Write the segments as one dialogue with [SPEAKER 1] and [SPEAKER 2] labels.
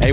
[SPEAKER 1] Hey,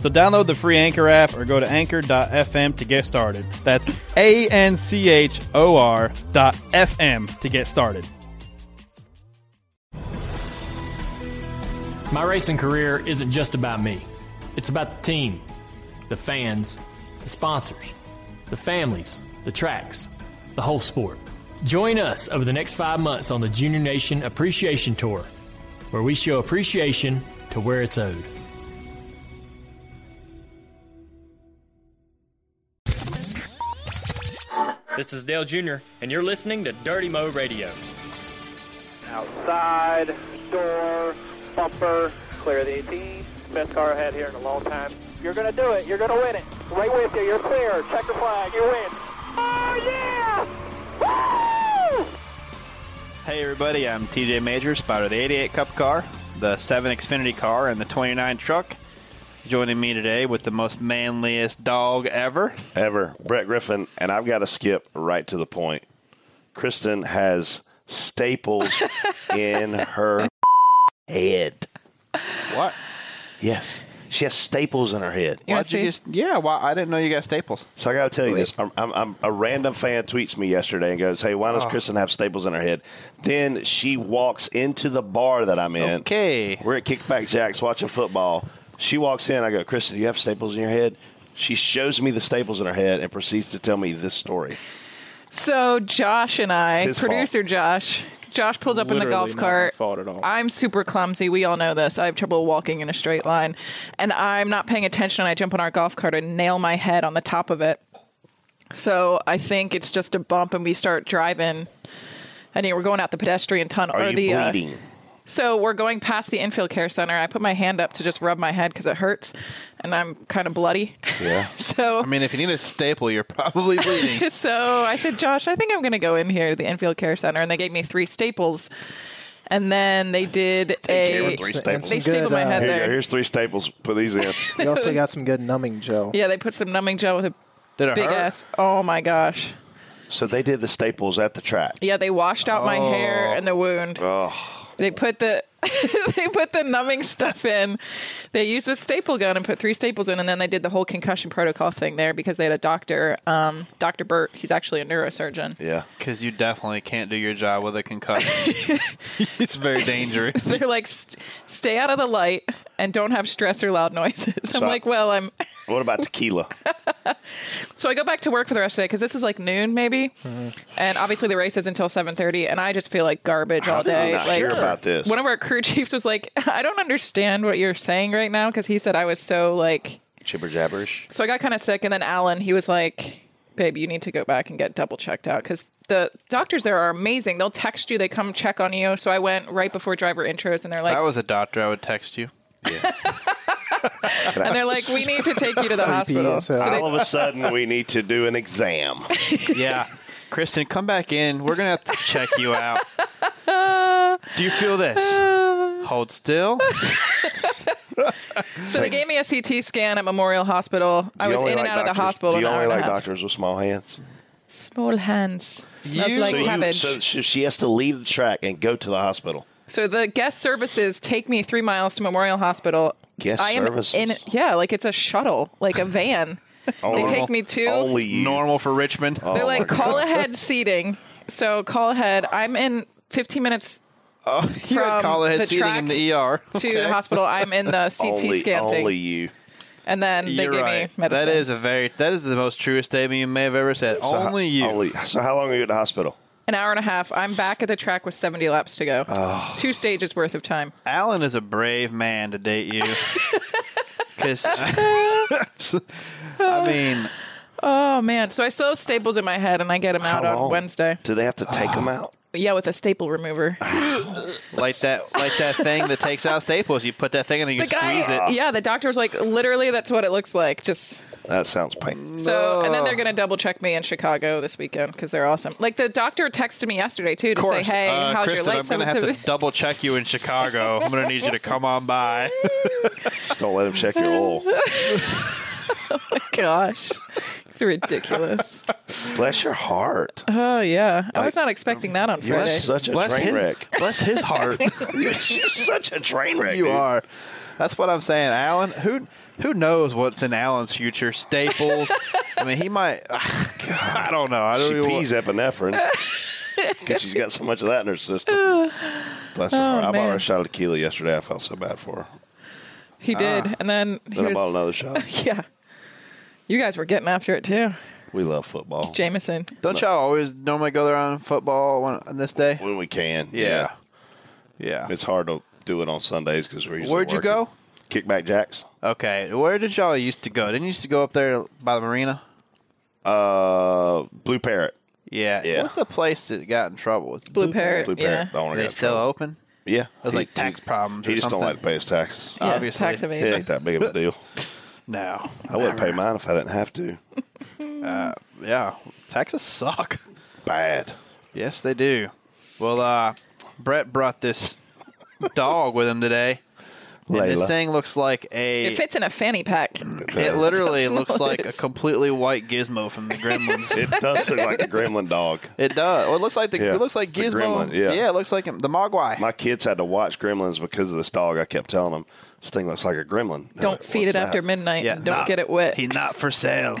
[SPEAKER 2] So download the free Anchor app or go to anchor.fm to get started. That's A N C H O R dot FM to get started.
[SPEAKER 3] My racing career isn't just about me. It's about the team, the fans, the sponsors, the families, the tracks, the whole sport. Join us over the next five months on the Junior Nation Appreciation Tour, where we show appreciation to where it's owed.
[SPEAKER 4] This is Dale Jr., and you're listening to Dirty Mo Radio.
[SPEAKER 5] Outside, door, bumper, clear of the 18. Best car I had here in a long time. You're going to do it. You're going to win it. Right with you. You're clear. Check the flag. You win. Oh, yeah! Woo!
[SPEAKER 2] Hey everybody, I'm TJ Major, spotter of the 88 Cup car, the 7 Xfinity car, and the 29 truck. Joining me today with the most manliest dog ever.
[SPEAKER 6] ever. Brett Griffin, and I've got to skip right to the point. Kristen has staples in her head.
[SPEAKER 2] What?
[SPEAKER 6] Yes, she has staples in her head.
[SPEAKER 7] You wanna
[SPEAKER 2] Why'd you
[SPEAKER 7] see?
[SPEAKER 2] just? Yeah, why? I didn't know you got staples.
[SPEAKER 6] So I got to tell you this. I'm, I'm, I'm, a random fan tweets me yesterday and goes, "Hey, why
[SPEAKER 7] Oh.
[SPEAKER 6] does Kristen have staples in her head?" Then she walks into the bar that I'm in.
[SPEAKER 2] Okay.
[SPEAKER 6] we're at Kickback Jacks watching football. She walks in. I go, "Kristen, do you have staples in your head?" She shows me the staples in her head and proceeds to tell me this story.
[SPEAKER 7] So Josh and I,
[SPEAKER 6] It's his
[SPEAKER 7] producer Josh, Josh pulls up in the golf
[SPEAKER 2] Literally not my
[SPEAKER 7] cart.
[SPEAKER 2] fault at all.
[SPEAKER 7] I'm super clumsy. We all know this. I have trouble walking in a straight line, and I'm not paying attention. And I jump on our golf cart and nail my head on the top of it. So I think it's just a bump, and we start driving. I think we're going out the pedestrian tunnel
[SPEAKER 6] Are
[SPEAKER 7] or
[SPEAKER 6] you
[SPEAKER 7] the uh,
[SPEAKER 6] bleeding?
[SPEAKER 7] So we're going past the infield care center. I put my hand up to just rub my head because it hurts, and I'm kind of bloody.
[SPEAKER 6] yeah.
[SPEAKER 7] so
[SPEAKER 2] I mean, if you need a staple, you're probably bleeding.
[SPEAKER 7] so I said, Josh, I think I'm going to go in here to the Infield Care Center, and they gave me three staples, and then they did
[SPEAKER 6] gave her
[SPEAKER 7] a.
[SPEAKER 6] three
[SPEAKER 8] And
[SPEAKER 6] staples.
[SPEAKER 7] They
[SPEAKER 8] some good,
[SPEAKER 7] stapled my
[SPEAKER 8] uh,
[SPEAKER 7] head
[SPEAKER 6] Here you go.
[SPEAKER 7] there.
[SPEAKER 6] Here's three staples. Put these in.
[SPEAKER 8] You also got some good numbing gel.
[SPEAKER 7] Yeah, they put some numbing gel with a
[SPEAKER 2] Did it
[SPEAKER 7] big
[SPEAKER 2] hurt?
[SPEAKER 7] ass. Oh my gosh.
[SPEAKER 6] so they did the staples at the track.
[SPEAKER 7] Yeah, they washed out my hair
[SPEAKER 6] Oh,
[SPEAKER 7] and the wound. They put the they put the numbing stuff in. They used a staple gun and put three staples in, and then they did the whole concussion protocol thing there because they had a doctor, um, Doctor Burt. He's actually a neurosurgeon.
[SPEAKER 6] Yeah.
[SPEAKER 2] Because you definitely can't do your job with a concussion. it's very dangerous.
[SPEAKER 7] They're like, "St- stay out of the light and don't have stress or loud noises. I'm
[SPEAKER 6] So-
[SPEAKER 7] like, well, I'm.
[SPEAKER 6] What about tequila?
[SPEAKER 7] So I go back to work for the rest of the day because this is like noon maybe,
[SPEAKER 6] Mm-hmm.
[SPEAKER 7] and obviously the race is until 7:30, and I just feel like garbage all
[SPEAKER 6] did we
[SPEAKER 7] day.
[SPEAKER 6] not
[SPEAKER 7] like,
[SPEAKER 6] hear about this?
[SPEAKER 7] One of our crew chiefs was like, I don't understand what you're saying right now because he said I was so like.
[SPEAKER 6] Chibber jabberish.
[SPEAKER 7] So I got kind of sick, and then Alan he was like, babe, you need to go back and get double checked out because. The doctors there are amazing. They'll text you. They come check on you. So I went right before driver intros, and they're
[SPEAKER 2] If
[SPEAKER 7] like,
[SPEAKER 2] I was a doctor, I would text you.
[SPEAKER 7] and they're like, we need to take you to the hospital.
[SPEAKER 8] so-
[SPEAKER 7] they-
[SPEAKER 6] All of a sudden, we need to do an exam.
[SPEAKER 2] Yeah. Kristen, come back in. We're going to have to check you out. Do you feel this? Hold still.
[SPEAKER 7] So they gave me a CT scan at Memorial Hospital. I
[SPEAKER 6] Do you
[SPEAKER 7] was
[SPEAKER 6] only
[SPEAKER 7] in and
[SPEAKER 6] like
[SPEAKER 7] out of
[SPEAKER 6] doctors-
[SPEAKER 7] the hospital.
[SPEAKER 6] Do you
[SPEAKER 7] an hour
[SPEAKER 6] only
[SPEAKER 7] and a
[SPEAKER 6] like
[SPEAKER 7] half.
[SPEAKER 6] doctors with small hands?
[SPEAKER 7] Small hands. Smells
[SPEAKER 2] You-
[SPEAKER 7] like
[SPEAKER 2] So you-
[SPEAKER 7] cabbage.
[SPEAKER 6] So
[SPEAKER 7] so,
[SPEAKER 6] she she has to leave the track and go to the hospital.
[SPEAKER 7] the guest services take me three miles to Memorial Hospital.
[SPEAKER 6] Guest
[SPEAKER 7] I am
[SPEAKER 6] services?
[SPEAKER 7] in. Yeah, like it's a shuttle, like a van. they
[SPEAKER 6] Normal-
[SPEAKER 7] take me to.
[SPEAKER 6] Oh, only you.
[SPEAKER 2] Normal for Richmond.
[SPEAKER 7] They're
[SPEAKER 6] Oh
[SPEAKER 7] like
[SPEAKER 6] my
[SPEAKER 7] call ahead seating. So call ahead. I'm in 15 minutes
[SPEAKER 2] you had
[SPEAKER 7] from
[SPEAKER 2] call ahead
[SPEAKER 7] the
[SPEAKER 2] seating
[SPEAKER 7] track
[SPEAKER 2] in the ER.
[SPEAKER 7] to the hospital. I'm in the CT
[SPEAKER 6] only,
[SPEAKER 7] scan
[SPEAKER 6] only
[SPEAKER 7] thing,
[SPEAKER 6] you.
[SPEAKER 7] and then they
[SPEAKER 2] You're
[SPEAKER 7] give
[SPEAKER 2] right.
[SPEAKER 7] me medicine.
[SPEAKER 2] That is a very that is the most true statement you may have ever said.
[SPEAKER 6] So ho-
[SPEAKER 2] only you.
[SPEAKER 6] only- so how long are you at the hospital?
[SPEAKER 7] an hour and a half. I'm back at the track with 70 laps to go.
[SPEAKER 6] Oh.
[SPEAKER 7] Two stages worth of time.
[SPEAKER 2] Alan is a brave man to date you. Because, I mean,
[SPEAKER 7] Oh man! So I still have staples in my head, and I get them out
[SPEAKER 6] How
[SPEAKER 7] on
[SPEAKER 6] long?
[SPEAKER 7] Wednesday.
[SPEAKER 6] Do they have to take them out?
[SPEAKER 7] Yeah, with a staple remover.
[SPEAKER 2] like that, like that thing that takes out staples. You put that thing in and you
[SPEAKER 7] The guy,
[SPEAKER 2] squeeze it.
[SPEAKER 7] yeah, the doctor was like, literally, that's what it looks like. Just
[SPEAKER 6] That sounds painful.
[SPEAKER 7] so, and then they're gonna double check me in Chicago this weekend because they're awesome. Like the doctor texted me yesterday too to
[SPEAKER 2] Of course.
[SPEAKER 7] say, hey,
[SPEAKER 2] Uh,
[SPEAKER 7] how's
[SPEAKER 2] Kristen,
[SPEAKER 7] your
[SPEAKER 2] I'm
[SPEAKER 7] light
[SPEAKER 2] gonna have to
[SPEAKER 7] sensitivity?
[SPEAKER 2] double check you in Chicago. I'm gonna need you to come on by.
[SPEAKER 6] Just don't let them check your oil.
[SPEAKER 7] Gosh, it's ridiculous.
[SPEAKER 6] Bless your heart.
[SPEAKER 7] Oh yeah, I was not expecting that on
[SPEAKER 6] You're
[SPEAKER 7] Friday.
[SPEAKER 6] such a
[SPEAKER 2] Bless
[SPEAKER 6] train
[SPEAKER 2] his,
[SPEAKER 6] wreck.
[SPEAKER 2] bless his heart.
[SPEAKER 6] You're just such a train wreck.
[SPEAKER 2] you
[SPEAKER 6] dude.
[SPEAKER 2] are. That's what I'm saying, Alan. Who who knows what's in Alan's future? Staples. I mean, he might. I don't know. I don't
[SPEAKER 6] She
[SPEAKER 2] even want-
[SPEAKER 6] pees epinephrine because she's got so much of that in her system. Bless her heart. I bought her
[SPEAKER 7] Oh, man.
[SPEAKER 6] a shot of tequila yesterday. I felt so bad for her.
[SPEAKER 7] He
[SPEAKER 2] Ah.
[SPEAKER 7] did, and then he
[SPEAKER 6] Then I bought
[SPEAKER 7] was,
[SPEAKER 6] another shot.
[SPEAKER 7] yeah. You guys were getting after it too,
[SPEAKER 6] We love football
[SPEAKER 7] Jameson.
[SPEAKER 2] Don't y'all always normally go there on football on, on this day?
[SPEAKER 6] when we can.
[SPEAKER 2] Yeah. Yeah.
[SPEAKER 6] It's hard to do it on Sundays because we're usually
[SPEAKER 2] Where'd you
[SPEAKER 6] working.
[SPEAKER 2] go?
[SPEAKER 6] Kickback Jacks.
[SPEAKER 2] Okay. Where did y'all used to go? Didn't you used to go up there by the marina?
[SPEAKER 6] Uh, Blue Parrot.
[SPEAKER 2] Yeah.
[SPEAKER 6] Yeah.
[SPEAKER 2] What's the place that got in trouble? Was
[SPEAKER 7] Blue parrot.
[SPEAKER 6] Blue
[SPEAKER 7] yeah.
[SPEAKER 6] Parrot. The owner
[SPEAKER 2] Are they
[SPEAKER 6] got in
[SPEAKER 2] still
[SPEAKER 6] trouble.
[SPEAKER 2] open?
[SPEAKER 6] Yeah. It
[SPEAKER 2] was like tax problems
[SPEAKER 6] He
[SPEAKER 2] or
[SPEAKER 6] just don't
[SPEAKER 2] something.
[SPEAKER 6] like to pay his taxes.
[SPEAKER 7] Yeah,
[SPEAKER 2] Obviously.
[SPEAKER 7] tax
[SPEAKER 6] It
[SPEAKER 7] evasion.
[SPEAKER 6] ain't that big of a deal.
[SPEAKER 2] No.
[SPEAKER 6] I wouldn't pay mine if I didn't have to.
[SPEAKER 2] Yeah. Taxes suck.
[SPEAKER 6] Bad.
[SPEAKER 2] Yes, they do. Well, uh, Brett brought this dog with him today. And
[SPEAKER 6] Layla.
[SPEAKER 2] this thing looks like a.
[SPEAKER 7] It fits in a fanny pack.
[SPEAKER 2] it literally
[SPEAKER 7] That's
[SPEAKER 2] looks
[SPEAKER 7] what
[SPEAKER 2] like
[SPEAKER 7] it
[SPEAKER 2] a
[SPEAKER 7] is.
[SPEAKER 2] completely white Gizmo from the Gremlins.
[SPEAKER 6] It does look like a gremlin dog.
[SPEAKER 2] it does. Well, it looks like the.
[SPEAKER 6] Yeah,
[SPEAKER 2] It looks like
[SPEAKER 6] the
[SPEAKER 2] Gizmo.
[SPEAKER 6] Gremlin, yeah.
[SPEAKER 2] it looks like him, the Mogwai.
[SPEAKER 6] My kids had to watch Gremlins because of this dog. I kept telling them, this thing looks like a gremlin. They're
[SPEAKER 7] Don't
[SPEAKER 6] like,
[SPEAKER 7] feed
[SPEAKER 6] "What's
[SPEAKER 7] it
[SPEAKER 6] that?"
[SPEAKER 7] after midnight.
[SPEAKER 2] Yeah,
[SPEAKER 7] and don't
[SPEAKER 2] nah.
[SPEAKER 7] get it wet.
[SPEAKER 2] He not for sale.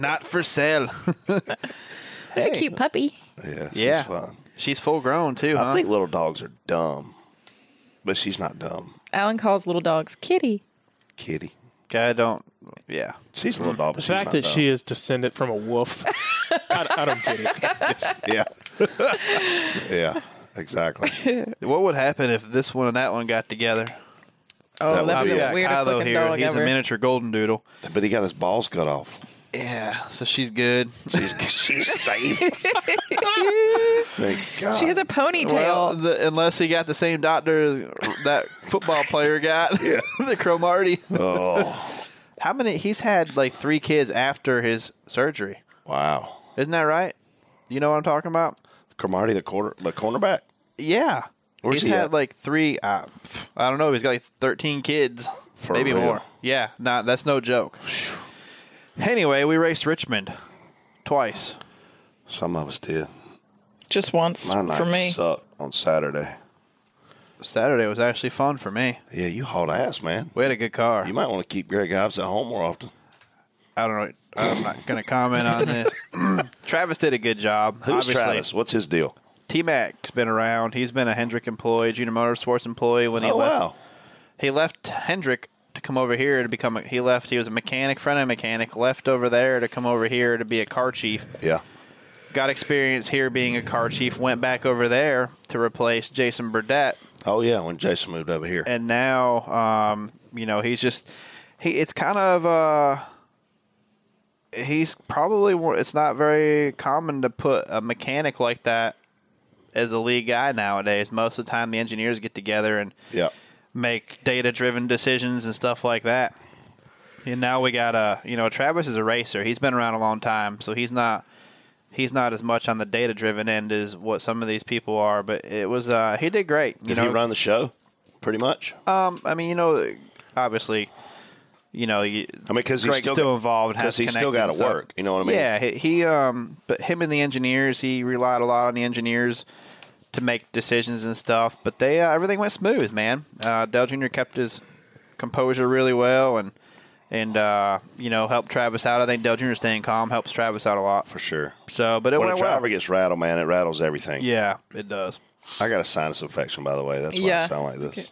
[SPEAKER 2] not for sale.
[SPEAKER 7] It's a cute puppy.
[SPEAKER 6] Yeah. She's
[SPEAKER 2] yeah,
[SPEAKER 6] fun.
[SPEAKER 2] she's full grown too, huh?
[SPEAKER 6] I think little dogs are dumb, but she's not dumb.
[SPEAKER 7] Alan calls little dogs kitty.
[SPEAKER 6] Kitty.
[SPEAKER 2] I don't. Yeah,
[SPEAKER 6] She's a little dog, but
[SPEAKER 8] The
[SPEAKER 6] she's
[SPEAKER 8] fact
[SPEAKER 6] not
[SPEAKER 8] that
[SPEAKER 6] dumb.
[SPEAKER 8] she is descended from a wolf, I, I don't get it.
[SPEAKER 6] Yeah. yeah. Exactly.
[SPEAKER 2] what would happen if this one and that one got together?
[SPEAKER 7] Oh,
[SPEAKER 6] That
[SPEAKER 7] that'd
[SPEAKER 6] would
[SPEAKER 7] be
[SPEAKER 6] be
[SPEAKER 7] the
[SPEAKER 6] a
[SPEAKER 7] weirdest
[SPEAKER 2] Kylo
[SPEAKER 7] looking
[SPEAKER 2] here.
[SPEAKER 7] dog
[SPEAKER 2] He's
[SPEAKER 7] ever.
[SPEAKER 2] a miniature golden doodle.
[SPEAKER 6] But he got his balls cut off.
[SPEAKER 2] Yeah, so she's good.
[SPEAKER 6] She's, she's safe. Thank God.
[SPEAKER 7] she has a ponytail.
[SPEAKER 2] Well, the, unless he got the same doctor as that football player got, the Cromarty.
[SPEAKER 6] oh,
[SPEAKER 2] How many? He's had like three kids after his surgery.
[SPEAKER 6] wow.
[SPEAKER 2] Isn't that right? You know what I'm talking about?
[SPEAKER 6] Cromartie, the quarter, the cornerback.
[SPEAKER 2] Yeah.
[SPEAKER 6] Where's
[SPEAKER 2] he's
[SPEAKER 6] he
[SPEAKER 2] had
[SPEAKER 6] at?
[SPEAKER 2] like three. Uh, pff, I don't know. He's got like 13 kids,
[SPEAKER 6] For
[SPEAKER 2] maybe
[SPEAKER 6] real?
[SPEAKER 2] more. Yeah, nah, that's no joke. Anyway, we raced Richmond twice.
[SPEAKER 6] Some of us did.
[SPEAKER 7] Just once
[SPEAKER 6] My night
[SPEAKER 7] for me.
[SPEAKER 6] sucked on Saturday.
[SPEAKER 2] Saturday was actually fun for me.
[SPEAKER 6] Yeah, you hauled ass, man.
[SPEAKER 2] We had a good car.
[SPEAKER 6] You might want to keep Greg Ives at home more often.
[SPEAKER 2] I don't know. I'm not going to comment on this. Travis did a good job.
[SPEAKER 6] Who's Travis? What's his deal?
[SPEAKER 2] T Mac's been around. He's been a Hendrick employee, Junior Motorsports employee. When he
[SPEAKER 6] oh
[SPEAKER 2] left,
[SPEAKER 6] wow,
[SPEAKER 2] he left Hendrick to come over here to become. A, he left. He was a mechanic, front end mechanic. Left over there to come over here to be a car chief.
[SPEAKER 6] yeah.
[SPEAKER 2] Got experience here being a car chief. Went back over there to replace Jason Burdett,
[SPEAKER 6] Oh yeah, when Jason moved over here,
[SPEAKER 2] and now um, you know he's just he. It's kind of uh, he's probably one- it's not very common to put a mechanic like that as a lead guy nowadays. Most of the time, the engineers get together and
[SPEAKER 6] yeah.
[SPEAKER 2] make data driven decisions and stuff like that. And now we got uh, you know Travis is a racer. He's been around a long time, so he's not he's not as much on the data driven end as what some of these people are. But it was uh, he did great. You
[SPEAKER 6] Did
[SPEAKER 2] know,
[SPEAKER 6] he run the show? Pretty much.
[SPEAKER 2] um, I mean, you know, obviously, you know, you,
[SPEAKER 6] I mean, because he's
[SPEAKER 2] Greg's
[SPEAKER 6] still,
[SPEAKER 2] still, involved has
[SPEAKER 6] Because he's still got
[SPEAKER 2] connected
[SPEAKER 6] to
[SPEAKER 2] and stuff.
[SPEAKER 6] work. You know what I mean?
[SPEAKER 2] Yeah, he, he um, but him and the engineers, he relied a lot on the engineers to make decisions and stuff. But they uh, everything went smooth, man. Uh, Dell Jr. kept his composure really well and and uh, you know helped Travis out. I think Dell Jr. staying calm helps Travis out a lot.
[SPEAKER 6] for sure.
[SPEAKER 2] So, but it
[SPEAKER 6] When a
[SPEAKER 2] went
[SPEAKER 6] driver
[SPEAKER 2] well.
[SPEAKER 6] gets rattled, man, it rattles everything.
[SPEAKER 2] Yeah, it does.
[SPEAKER 6] I got a sinus infection, by the way. That's why I
[SPEAKER 7] Yeah.
[SPEAKER 6] sound like this.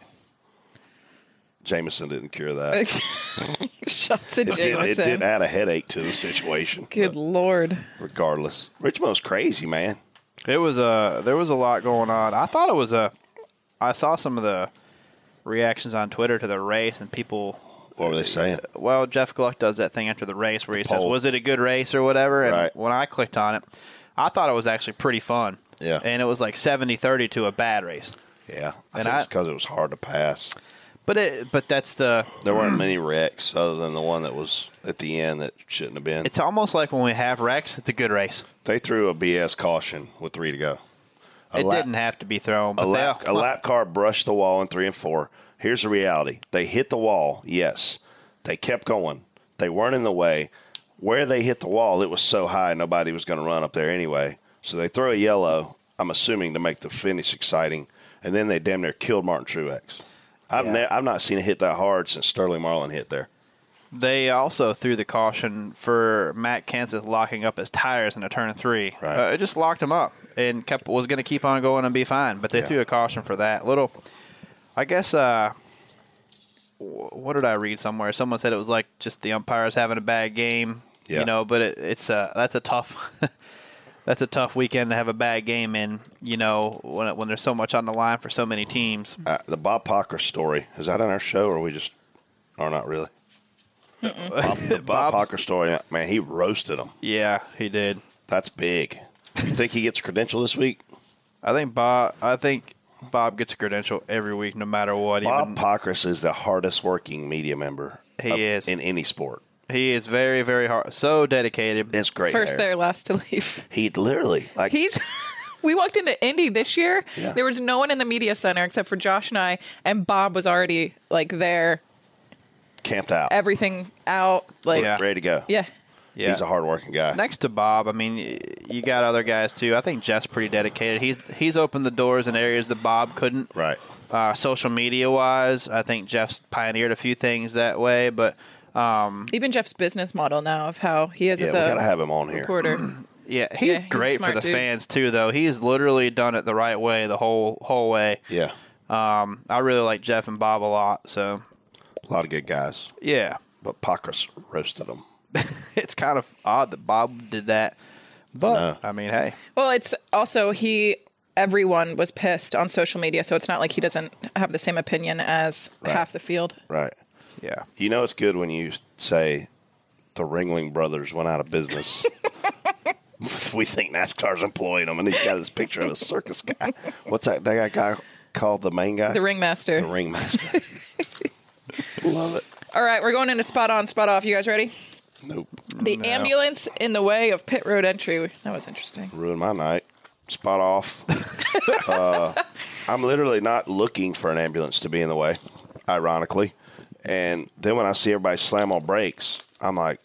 [SPEAKER 6] Jameson didn't cure that. it,
[SPEAKER 7] Shots at
[SPEAKER 6] did, it did
[SPEAKER 7] Jameson.
[SPEAKER 6] add a headache to the situation.
[SPEAKER 7] Good
[SPEAKER 6] but
[SPEAKER 7] lord.
[SPEAKER 6] regardless, Richmond's crazy, man.
[SPEAKER 2] It was uh there was a lot going on. I thought it was a I saw some of the reactions on Twitter to the race and people
[SPEAKER 6] What were they saying?
[SPEAKER 2] well, Jeff Gluck does that thing after the race where he says,
[SPEAKER 6] poll.
[SPEAKER 2] "Was it a good race or whatever?" And
[SPEAKER 6] Right.
[SPEAKER 2] when I clicked on it, I thought it was actually pretty fun.
[SPEAKER 6] Yeah.
[SPEAKER 2] And it was like 70-30 to a bad race.
[SPEAKER 6] Yeah, I
[SPEAKER 2] And
[SPEAKER 6] think
[SPEAKER 2] I-
[SPEAKER 6] it's because it was hard to pass.
[SPEAKER 2] But it but that's the
[SPEAKER 6] There weren't many wrecks other than the one that was at the end that shouldn't have been.
[SPEAKER 2] it's almost like when we have wrecks, it's a good race.
[SPEAKER 6] they threw a BS caution with three to go. A
[SPEAKER 2] it
[SPEAKER 6] lap-
[SPEAKER 2] didn't have to be thrown, but
[SPEAKER 6] a lap,
[SPEAKER 2] they
[SPEAKER 6] a lap car brushed the wall in three and four. Here's the reality: they hit the wall. Yes, they kept going. They weren't in the way. Where they hit the wall, it was so high nobody was going to run up there anyway. So they throw a yellow. I'm assuming to make the finish exciting, and then they damn near killed Martin Truex. I've ne- I've not seen a hit that hard since Sterling Marlin hit there.
[SPEAKER 2] They also threw the caution for Matt Kansas locking up his tires in a turn three.
[SPEAKER 6] Right.
[SPEAKER 2] Uh, it just locked him up and kept was going to keep on going and be fine, but they
[SPEAKER 6] Yeah.
[SPEAKER 2] threw a caution for that little. I guess. Uh, wh- what did I read somewhere? Someone said it was like just the umpires having a bad game.
[SPEAKER 6] Yeah.
[SPEAKER 2] You know, but it, it's uh, that's a tough. that's a tough weekend to have a bad game in. You know, when when there's so much on the line for so many teams.
[SPEAKER 6] Uh, the Bob Pocker story is that on our show, or we just are not really? Bob, the Bob
[SPEAKER 2] Bob's-
[SPEAKER 6] Pocker story, man, he roasted him.
[SPEAKER 2] Yeah, he did.
[SPEAKER 6] That's big. You think he gets a credential this week?
[SPEAKER 2] I think Bob. I think Bob gets a credential every week, no matter what.
[SPEAKER 6] Bob
[SPEAKER 2] even,
[SPEAKER 6] Pockris is the hardest working media member.
[SPEAKER 2] He is.
[SPEAKER 6] in any sport.
[SPEAKER 2] he is very, very hard, so dedicated.
[SPEAKER 6] It's great.
[SPEAKER 7] First
[SPEAKER 6] hair.
[SPEAKER 7] there, last to leave.
[SPEAKER 6] he literally like
[SPEAKER 7] He's. We walked into Indy this year.
[SPEAKER 6] Yeah.
[SPEAKER 7] There was no one in the media center except for Josh and I, and Bob was already like there,
[SPEAKER 6] camped out,
[SPEAKER 7] everything out. Like,
[SPEAKER 2] Yeah.
[SPEAKER 7] yeah.
[SPEAKER 6] ready to go.
[SPEAKER 2] yeah.
[SPEAKER 6] he's a hard working guy.
[SPEAKER 2] Next to Bob, I mean, y- you got other guys too. I think Jeff's pretty dedicated. He's he's opened the doors in areas that Bob couldn't.
[SPEAKER 6] right?
[SPEAKER 2] Uh, social media wise, I think Jeff's pioneered a few things that way. But
[SPEAKER 7] Even Jeff's business model now of how he is
[SPEAKER 6] Yeah,
[SPEAKER 7] as
[SPEAKER 6] we
[SPEAKER 7] a
[SPEAKER 6] gotta have him on here.
[SPEAKER 7] reporter.
[SPEAKER 2] yeah, he's
[SPEAKER 7] Yeah, he's a
[SPEAKER 2] great for
[SPEAKER 7] smart
[SPEAKER 2] the
[SPEAKER 7] dude.
[SPEAKER 2] fans too. Though he's literally done it the right way the whole whole way.
[SPEAKER 6] Yeah,
[SPEAKER 2] Um, I really like Jeff and Bob a lot. So
[SPEAKER 6] a lot of good guys,
[SPEAKER 2] yeah,
[SPEAKER 6] but Pockris roasted him.
[SPEAKER 2] it's kind of odd that Bob did that. But
[SPEAKER 6] No.
[SPEAKER 2] I mean, hey,
[SPEAKER 7] Well, it's also he. Everyone was pissed on social media, so it's not like he doesn't have the same opinion as half the field.
[SPEAKER 6] Right?
[SPEAKER 2] yeah,
[SPEAKER 6] You know it's good when you say the Ringling Brothers went out of business. we think NASCAR's employing him, and he's got this picture of a circus guy. What's that? That guy called the main guy,
[SPEAKER 7] The ringmaster.
[SPEAKER 6] the ringmaster. Love it.
[SPEAKER 7] All right, we're going into spot on, spot off. You guys ready?
[SPEAKER 6] Nope.
[SPEAKER 7] The ambulance in the way of pit road entry. That was interesting.
[SPEAKER 6] ruined my night. Spot off. Uh, I'm literally not looking for an ambulance to be in the way, ironically. And then when I see everybody slam on brakes, I'm like,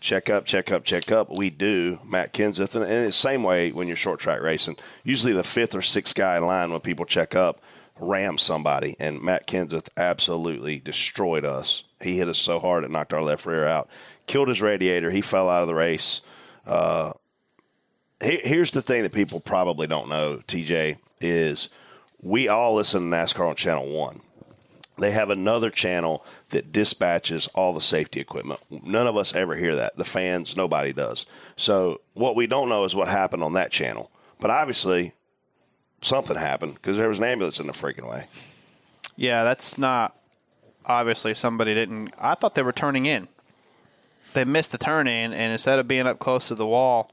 [SPEAKER 6] check up, check up, check up. We do, Matt Kenseth. And, and it's the same way when you're short track racing. Usually the fifth or sixth guy in line when people check up rams somebody. And Matt Kenseth absolutely destroyed us. He hit us so hard it knocked our left rear out, killed his radiator. He fell out of the race. Here- here's the thing that people probably don't know, TJ, is we all listen to NASCAR on Channel 1. They have another channel that dispatches all the safety equipment. None of us ever hear that. The fans, nobody does. So what we don't know is what happened on that channel. But obviously, something happened because there was an ambulance in the freaking way.
[SPEAKER 2] yeah. That's not obviously somebody didn't. I thought they were turning in. They missed the turn in, and instead of being up close to the wall,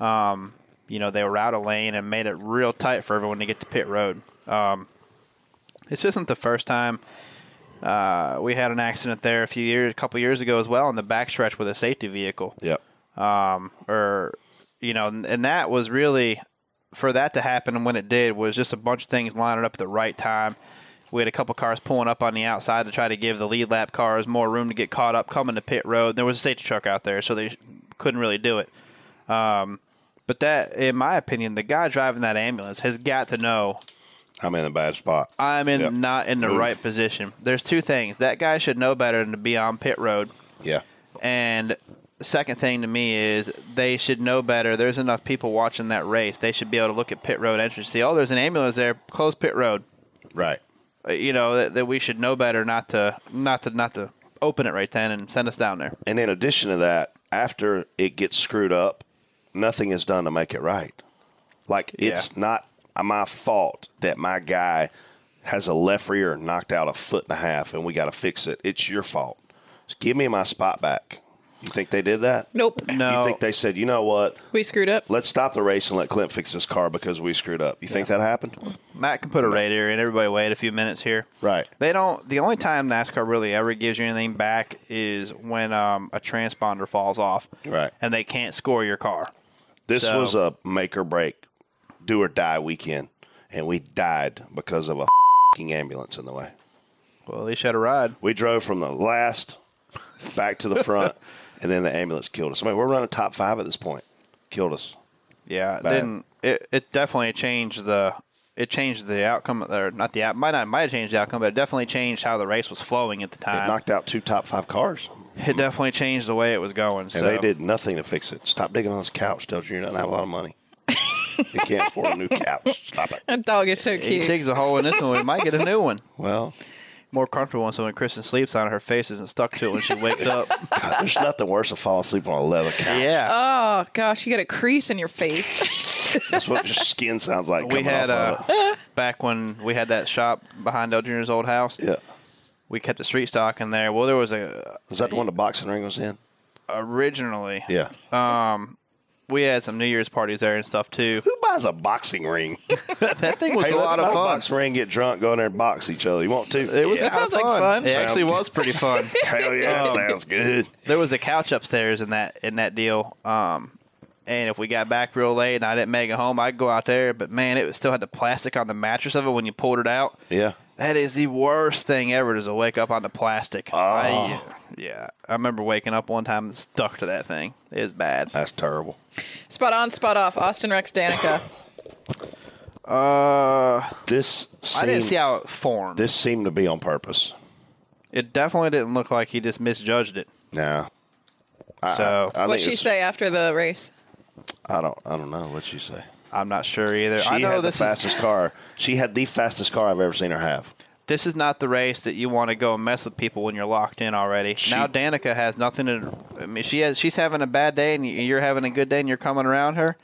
[SPEAKER 2] um, you know, they were out of lane and made it real tight for everyone to get to pit road. Um, this isn't the first time uh, we had an accident there a few years, a couple years ago as well, in the backstretch with a safety vehicle.
[SPEAKER 6] Yep.
[SPEAKER 2] or you know, and and that was really for that to happen when it did was just a bunch of things lining up at the right time. We had a couple cars pulling up on the outside to try to give the lead lap cars more room to get caught up coming to pit road. There was a safety truck out there, so they couldn't really do it. Um, but that, in my opinion, the guy driving that ambulance has got to know
[SPEAKER 6] I'm in a bad spot.
[SPEAKER 2] I'm in
[SPEAKER 6] Yep.
[SPEAKER 2] not in the
[SPEAKER 6] Move.
[SPEAKER 2] right position. There's two things that guy should know better than to be on pit road.
[SPEAKER 6] Yeah.
[SPEAKER 2] And the second thing to me is they should know better. There's enough people watching that race. They should be able to look at pit road entrance, see, oh, there's an ambulance there, close pit road.
[SPEAKER 6] Right.
[SPEAKER 2] Uh, You know that, that we should know better not to not to not to open it right then and send us down there.
[SPEAKER 6] And in addition to that, after it gets screwed up, nothing is done to make it right. Like it's not my fault that my guy has a left rear knocked out a foot and a half, and we got to fix it. It's your fault. Just give me my spot back. You think they did that?
[SPEAKER 7] Nope.
[SPEAKER 2] No.
[SPEAKER 6] You think they said, you know what?
[SPEAKER 7] We screwed up.
[SPEAKER 6] Let's stop the race and let Clint fix his car because we screwed up. You think that happened?
[SPEAKER 2] Matt can put a radar in. Everybody wait a few minutes here.
[SPEAKER 6] Right.
[SPEAKER 2] They don't. The only time NASCAR really ever gives you anything back is when um, a transponder falls off,
[SPEAKER 6] Right.
[SPEAKER 2] and they can't score your car.
[SPEAKER 6] This
[SPEAKER 2] So-
[SPEAKER 6] was a make or break, do or die weekend, and we died because of a fing ambulance in the way.
[SPEAKER 2] Well, at least you had a ride.
[SPEAKER 6] We drove from the last back to the front, and then the ambulance killed us. I mean, we're running top five at this point. Killed us.
[SPEAKER 2] Yeah, it
[SPEAKER 6] Bad.
[SPEAKER 2] didn't it? It definitely changed the. It changed the outcome, or not the out- might not might have changed the outcome, but it definitely changed how the race was flowing at the
[SPEAKER 6] It
[SPEAKER 2] time.
[SPEAKER 6] knocked out two top five cars, and
[SPEAKER 2] It definitely changed the way it was going. so
[SPEAKER 6] they did nothing to fix it. Stop digging on this couch, Del Jr. Doesn't have a lot of money. they can't afford a new couch. Stop it.
[SPEAKER 7] That dog is so
[SPEAKER 2] He
[SPEAKER 7] cute.
[SPEAKER 2] digs a hole in this one. We might get a new one.
[SPEAKER 6] Well,
[SPEAKER 2] More comfortable one. So when Kristen sleeps on it, her face isn't stuck to it when she wakes up.
[SPEAKER 6] God, there's nothing worse than falling asleep on a leather couch.
[SPEAKER 2] Yeah.
[SPEAKER 7] oh gosh, you got a crease in your face.
[SPEAKER 6] That's what your skin sounds like.
[SPEAKER 2] we
[SPEAKER 6] coming
[SPEAKER 2] had uh,
[SPEAKER 6] off of
[SPEAKER 2] back when we had that shop behind Del Jr.'s old house.
[SPEAKER 6] it. Yeah.
[SPEAKER 2] We kept the street stock in there. Well, there was a
[SPEAKER 6] Was that the one the boxing ring was in?
[SPEAKER 2] originally.
[SPEAKER 6] Yeah.
[SPEAKER 2] We had some New Year's parties there and stuff too.
[SPEAKER 6] Who buys a boxing ring?
[SPEAKER 2] That thing was
[SPEAKER 6] Hey,
[SPEAKER 2] a
[SPEAKER 6] let's
[SPEAKER 2] lot
[SPEAKER 6] buy
[SPEAKER 2] of
[SPEAKER 6] a
[SPEAKER 2] fun.
[SPEAKER 6] box ring, get drunk, go in there and box each other. You want to?
[SPEAKER 2] It was
[SPEAKER 7] That
[SPEAKER 2] kind of
[SPEAKER 7] sounds like
[SPEAKER 2] fun.
[SPEAKER 7] fun.
[SPEAKER 2] It
[SPEAKER 6] Sounds
[SPEAKER 2] actually
[SPEAKER 6] good.
[SPEAKER 2] was pretty fun.
[SPEAKER 6] Hell yeah, that sounds good.
[SPEAKER 2] there was a couch upstairs in that in that deal. Um, and if we got back real late and I didn't make it home, I'd go out there. But man, it was still had the plastic on the mattress of it when you pulled it out.
[SPEAKER 6] Yeah.
[SPEAKER 2] That is the worst thing ever is to wake up on the plastic.
[SPEAKER 6] Oh.
[SPEAKER 2] I, yeah. I remember waking up one time and stuck to that thing. It was bad.
[SPEAKER 6] That's terrible.
[SPEAKER 7] spot on, spot off. Austin Rex Danica.
[SPEAKER 2] Uh,
[SPEAKER 6] This seemed,
[SPEAKER 2] I didn't see how it formed.
[SPEAKER 6] this seemed to be on purpose.
[SPEAKER 2] it definitely didn't look like he just misjudged it.
[SPEAKER 6] Nah. I,
[SPEAKER 2] So-
[SPEAKER 6] I, I
[SPEAKER 7] What'd
[SPEAKER 6] think
[SPEAKER 7] she
[SPEAKER 6] it's-
[SPEAKER 7] say after the race?
[SPEAKER 6] I don't. I don't know what she say.
[SPEAKER 2] I'm not sure either.
[SPEAKER 6] She
[SPEAKER 2] I know
[SPEAKER 6] had
[SPEAKER 2] this
[SPEAKER 6] the fastest
[SPEAKER 2] is
[SPEAKER 6] car. She had the fastest car I've ever seen her have.
[SPEAKER 2] this is not the race that you want to go and mess with people when you're locked in already. now Danica has nothing to. I mean, she has. She's having a bad day, and you're having a good day, and you're coming around her.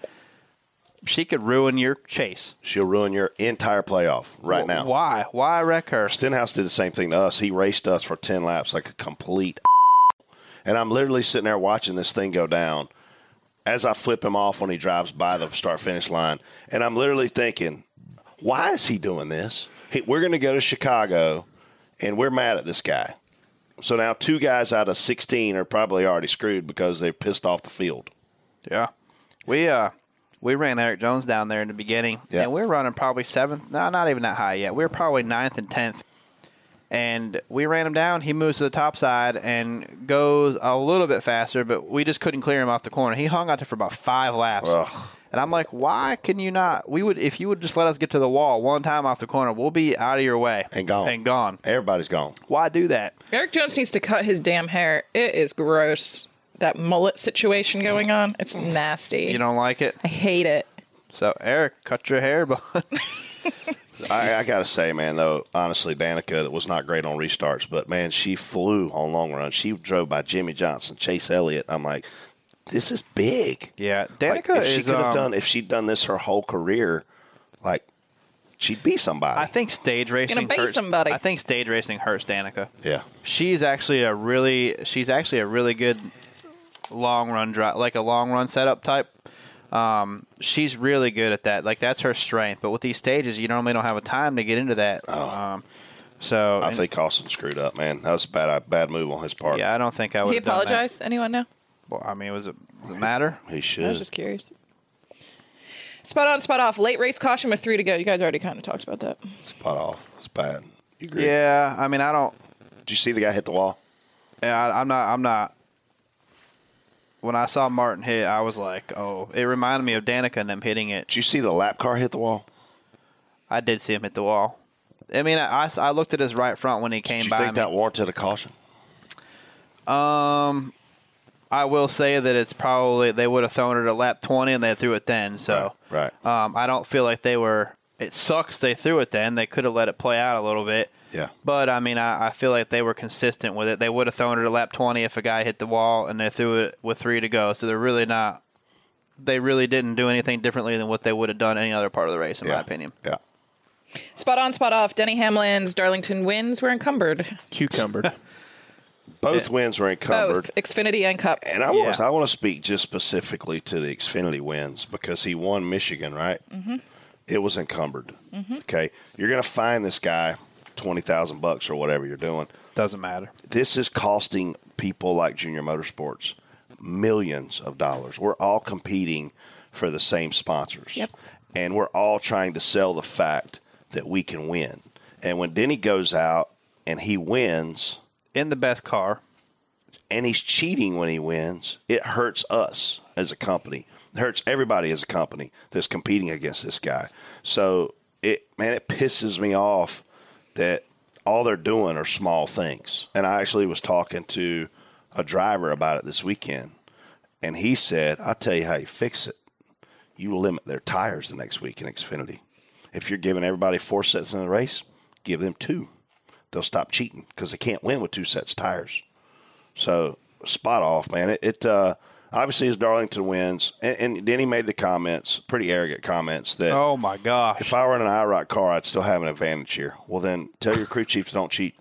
[SPEAKER 2] She could ruin your chase
[SPEAKER 6] She'll ruin your entire playoff right
[SPEAKER 2] Wh-
[SPEAKER 6] now.
[SPEAKER 2] Why? Why wreck her?
[SPEAKER 6] Stenhouse did the same thing to us. He raced us for 10 laps like a complete and I'm literally sitting there watching this thing go down as I flip him off when he drives by the start finish line and I'm literally thinking, why is he doing this? He, we're going to go to Chicago and we're mad at this guy. So now two guys out of 16 are probably already screwed because they've pissed off the field.
[SPEAKER 2] Yeah. We uh we ran Eric Jones down there in the beginning.
[SPEAKER 6] Yeah.
[SPEAKER 2] And we were running probably seventh. No, not even that high yet. We were probably ninth and tenth. And we ran him down. He moves to the top side and goes a little bit faster, but we just couldn't clear him off the corner. He hung out there for about five laps.
[SPEAKER 6] Ugh.
[SPEAKER 2] And I'm like, why can you not? We would if you would just let us get to the wall one time off the corner, we'll be out of your way
[SPEAKER 6] And gone.
[SPEAKER 2] And gone.
[SPEAKER 6] Everybody's gone.
[SPEAKER 2] Why do that?
[SPEAKER 7] Eric Jones needs to cut his damn hair. It is gross. That mullet situation going on. It's nasty.
[SPEAKER 2] You don't like it?
[SPEAKER 7] I hate it.
[SPEAKER 2] So Eric, cut your hair, but
[SPEAKER 6] I, I gotta say, man, though, honestly, Danica was not great on restarts, but man, she flew on long runs. She drove by Jimmy Johnson, Chase Elliott. I'm like, this is big.
[SPEAKER 2] yeah,
[SPEAKER 6] Like,
[SPEAKER 2] Danica
[SPEAKER 6] if she
[SPEAKER 2] is
[SPEAKER 6] could have
[SPEAKER 2] um,
[SPEAKER 6] done if she'd done this her whole career, like she'd be somebody.
[SPEAKER 2] I think stage racing
[SPEAKER 7] base
[SPEAKER 2] hurts
[SPEAKER 7] somebody.
[SPEAKER 2] I think stage racing hurts Danica.
[SPEAKER 6] yeah.
[SPEAKER 2] She's actually a really she's actually a really good long run drive like a long run setup type. Um, she's really good at that. Like that's her strength. But with these stages, you normally don't have a time to get into that. Um, so
[SPEAKER 6] Oh. I
[SPEAKER 2] and-
[SPEAKER 6] think Austin screwed up, man. That was a bad a bad move on his part.
[SPEAKER 2] yeah, I don't think I would.
[SPEAKER 7] Did
[SPEAKER 2] have
[SPEAKER 7] he
[SPEAKER 2] done that.
[SPEAKER 7] apologize? Anyone know?
[SPEAKER 2] Well, I mean, was it does it matter?
[SPEAKER 6] he
[SPEAKER 7] I
[SPEAKER 6] should.
[SPEAKER 7] was just curious. Spot on, spot off. Late race caution with three to go. You guys already kind of talked about that.
[SPEAKER 6] Spot off. It's bad. You agree?
[SPEAKER 2] Yeah, I mean, I don't.
[SPEAKER 6] Did you see the guy hit the wall?
[SPEAKER 2] Yeah, I, I'm not. I'm not. When I saw Martin hit, I was like, "Oh!" It reminded me of Danica and them hitting it.
[SPEAKER 6] Did you see the lap car hit the wall?
[SPEAKER 2] I did see him hit the wall. I mean, I, I s- I looked at his right front when he came
[SPEAKER 6] Did you
[SPEAKER 2] by
[SPEAKER 6] think
[SPEAKER 2] me.
[SPEAKER 6] that warranted a caution?
[SPEAKER 2] I will say that it's probably they would have thrown it at lap twenty and they threw it then. So
[SPEAKER 6] Right,
[SPEAKER 2] Um, I don't feel like they were. It sucks they threw it then. They could have let it play out a little bit.
[SPEAKER 6] Yeah.
[SPEAKER 2] But I mean, I, I feel like they were consistent with it. They would have thrown it at lap twenty if a guy hit the wall and they threw it with three to go. So they're really not they really didn't do anything differently than what they would have done any other part of the race, in my opinion.
[SPEAKER 6] Yeah.
[SPEAKER 7] Spot on, spot off. Denny Hamlin's Darlington wins were encumbered.
[SPEAKER 8] Cucumbered.
[SPEAKER 6] Both wins were encumbered.
[SPEAKER 7] Both Xfinity and Cup.
[SPEAKER 6] And I want I want to speak just specifically to the Xfinity wins because he won Michigan, right? Mm-hmm. It was encumbered. Okay, you're going to find this guy twenty thousand bucks or whatever you're doing.
[SPEAKER 2] Doesn't matter.
[SPEAKER 6] This is costing people like Junior Motorsports millions of dollars. We're all competing for the same sponsors,
[SPEAKER 7] Yep.
[SPEAKER 6] and we're all trying to sell the fact that we can win. And when Denny goes out and he wins
[SPEAKER 2] In the best car.
[SPEAKER 6] and he's cheating when he wins, it hurts us as a company. It hurts everybody as a company that's competing against this guy. So it man, it pisses me off that all they're doing are small things. And I actually was talking to a driver about it this weekend, and he said, "I'll tell you how you fix it. You limit their tires the next week in Xfinity. If you're giving everybody four sets in the race, give them two. They'll stop cheating because they can't win with two sets of tires." So spot off, man. It, it uh, obviously is Darlington wins, and, and Denny made the comments, pretty arrogant comments that
[SPEAKER 8] Oh my gosh.
[SPEAKER 6] if I were in an IROC car, I'd still have an advantage here. Well, then tell your crew chiefs don't cheat.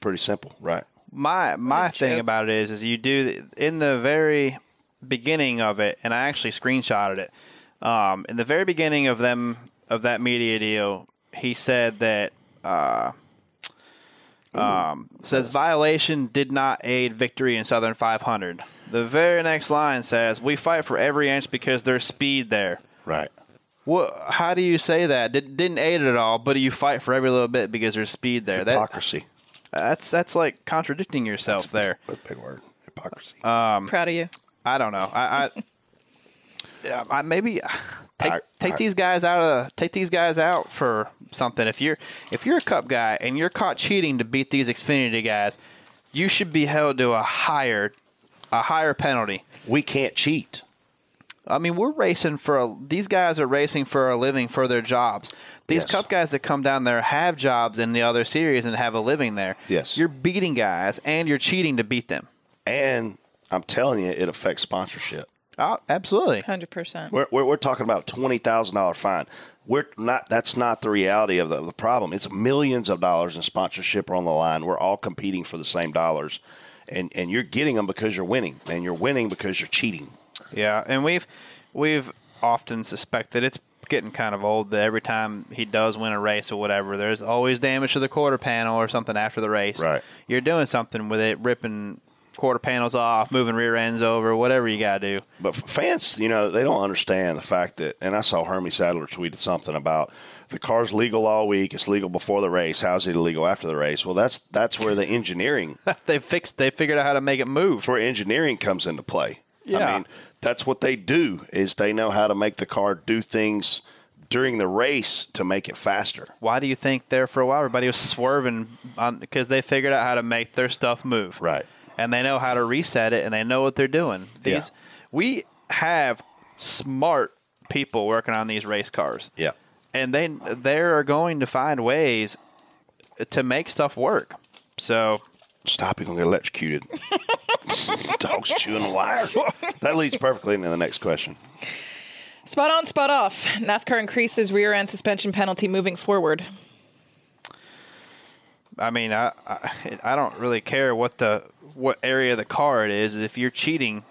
[SPEAKER 6] Pretty simple, right?
[SPEAKER 2] My my thing
[SPEAKER 7] joke.
[SPEAKER 2] about it is, is you do in the very beginning of it, and I actually screenshotted it. Um, in the very beginning of them of that media deal, he said that uh, um, says violation did not aid victory in Southern 500. The very next line says, "We fight for every inch because there's speed there."
[SPEAKER 6] Right.
[SPEAKER 2] What? How do you say that? Did, didn't aid it at all, but you fight for every little bit because there's speed there. That,
[SPEAKER 6] Hypocrisy.
[SPEAKER 2] that's that's like contradicting yourself there.
[SPEAKER 6] That's a big word. Hypocrisy.
[SPEAKER 2] Um,
[SPEAKER 7] I'm proud of you.
[SPEAKER 2] I don't know. I, I, yeah, I maybe uh, take
[SPEAKER 6] I-
[SPEAKER 2] take
[SPEAKER 6] I-
[SPEAKER 2] these guys out of take these guys out for something. If you're if you're a cup guy and you're caught cheating to beat these Xfinity guys, you should be held to a higher a higher penalty.
[SPEAKER 6] we can't cheat.
[SPEAKER 2] I mean, we're racing for a, these guys are racing for a living for their jobs. These
[SPEAKER 6] Yes.
[SPEAKER 2] cup guys that come down there have jobs in the other series and have a living there.
[SPEAKER 6] Yes.
[SPEAKER 2] you're beating guys and you're cheating to beat them.
[SPEAKER 6] And I'm telling you, it affects sponsorship.
[SPEAKER 2] Oh, absolutely.
[SPEAKER 7] 100%.
[SPEAKER 6] We're, we're, we're talking about twenty thousand dollar fine. We're not. That's not the reality of the, of the problem. It's millions of dollars in sponsorship are on the line. We're all competing for the same dollars, and and you're getting them because you're winning, and you're winning because you're cheating.
[SPEAKER 2] Yeah, and we've we've often suspected it's getting kind of old that every time he does win a race or whatever, there's always damage to the quarter panel or something after the race.
[SPEAKER 6] Right.
[SPEAKER 2] You're doing something with it, ripping quarter panels off, moving rear ends over, whatever you gotta do.
[SPEAKER 6] But f- fans, you know, they don't understand the fact that, and I saw Hermie Sadler tweeted something about the car's legal all week. It's legal before the race. How's it illegal after the race? Well, that's that's where the engineering, that's
[SPEAKER 2] They fixed they figured out how to make it move.
[SPEAKER 6] where engineering comes into play. I
[SPEAKER 2] Yeah.
[SPEAKER 6] mean, that's what they do is they know how to make the car do things during the race to make it faster.
[SPEAKER 2] Why do you think there for a while everybody was swerving because they figured out how to make their stuff move?
[SPEAKER 6] Right.
[SPEAKER 2] and they know how to reset it and they know what they're doing. These
[SPEAKER 6] Yeah.
[SPEAKER 2] we have smart people working on these race cars.
[SPEAKER 6] Yeah.
[SPEAKER 2] And they they are going to find ways to make stuff work. So
[SPEAKER 6] Stop, you're gonna get electrocuted. Dog's chewing the wire. That leads perfectly into the next question.
[SPEAKER 7] Spot on, spot off. NASCAR increases rear end suspension penalty moving forward.
[SPEAKER 2] I mean, I, I I don't really care what the what area of the car it is. If you're cheating,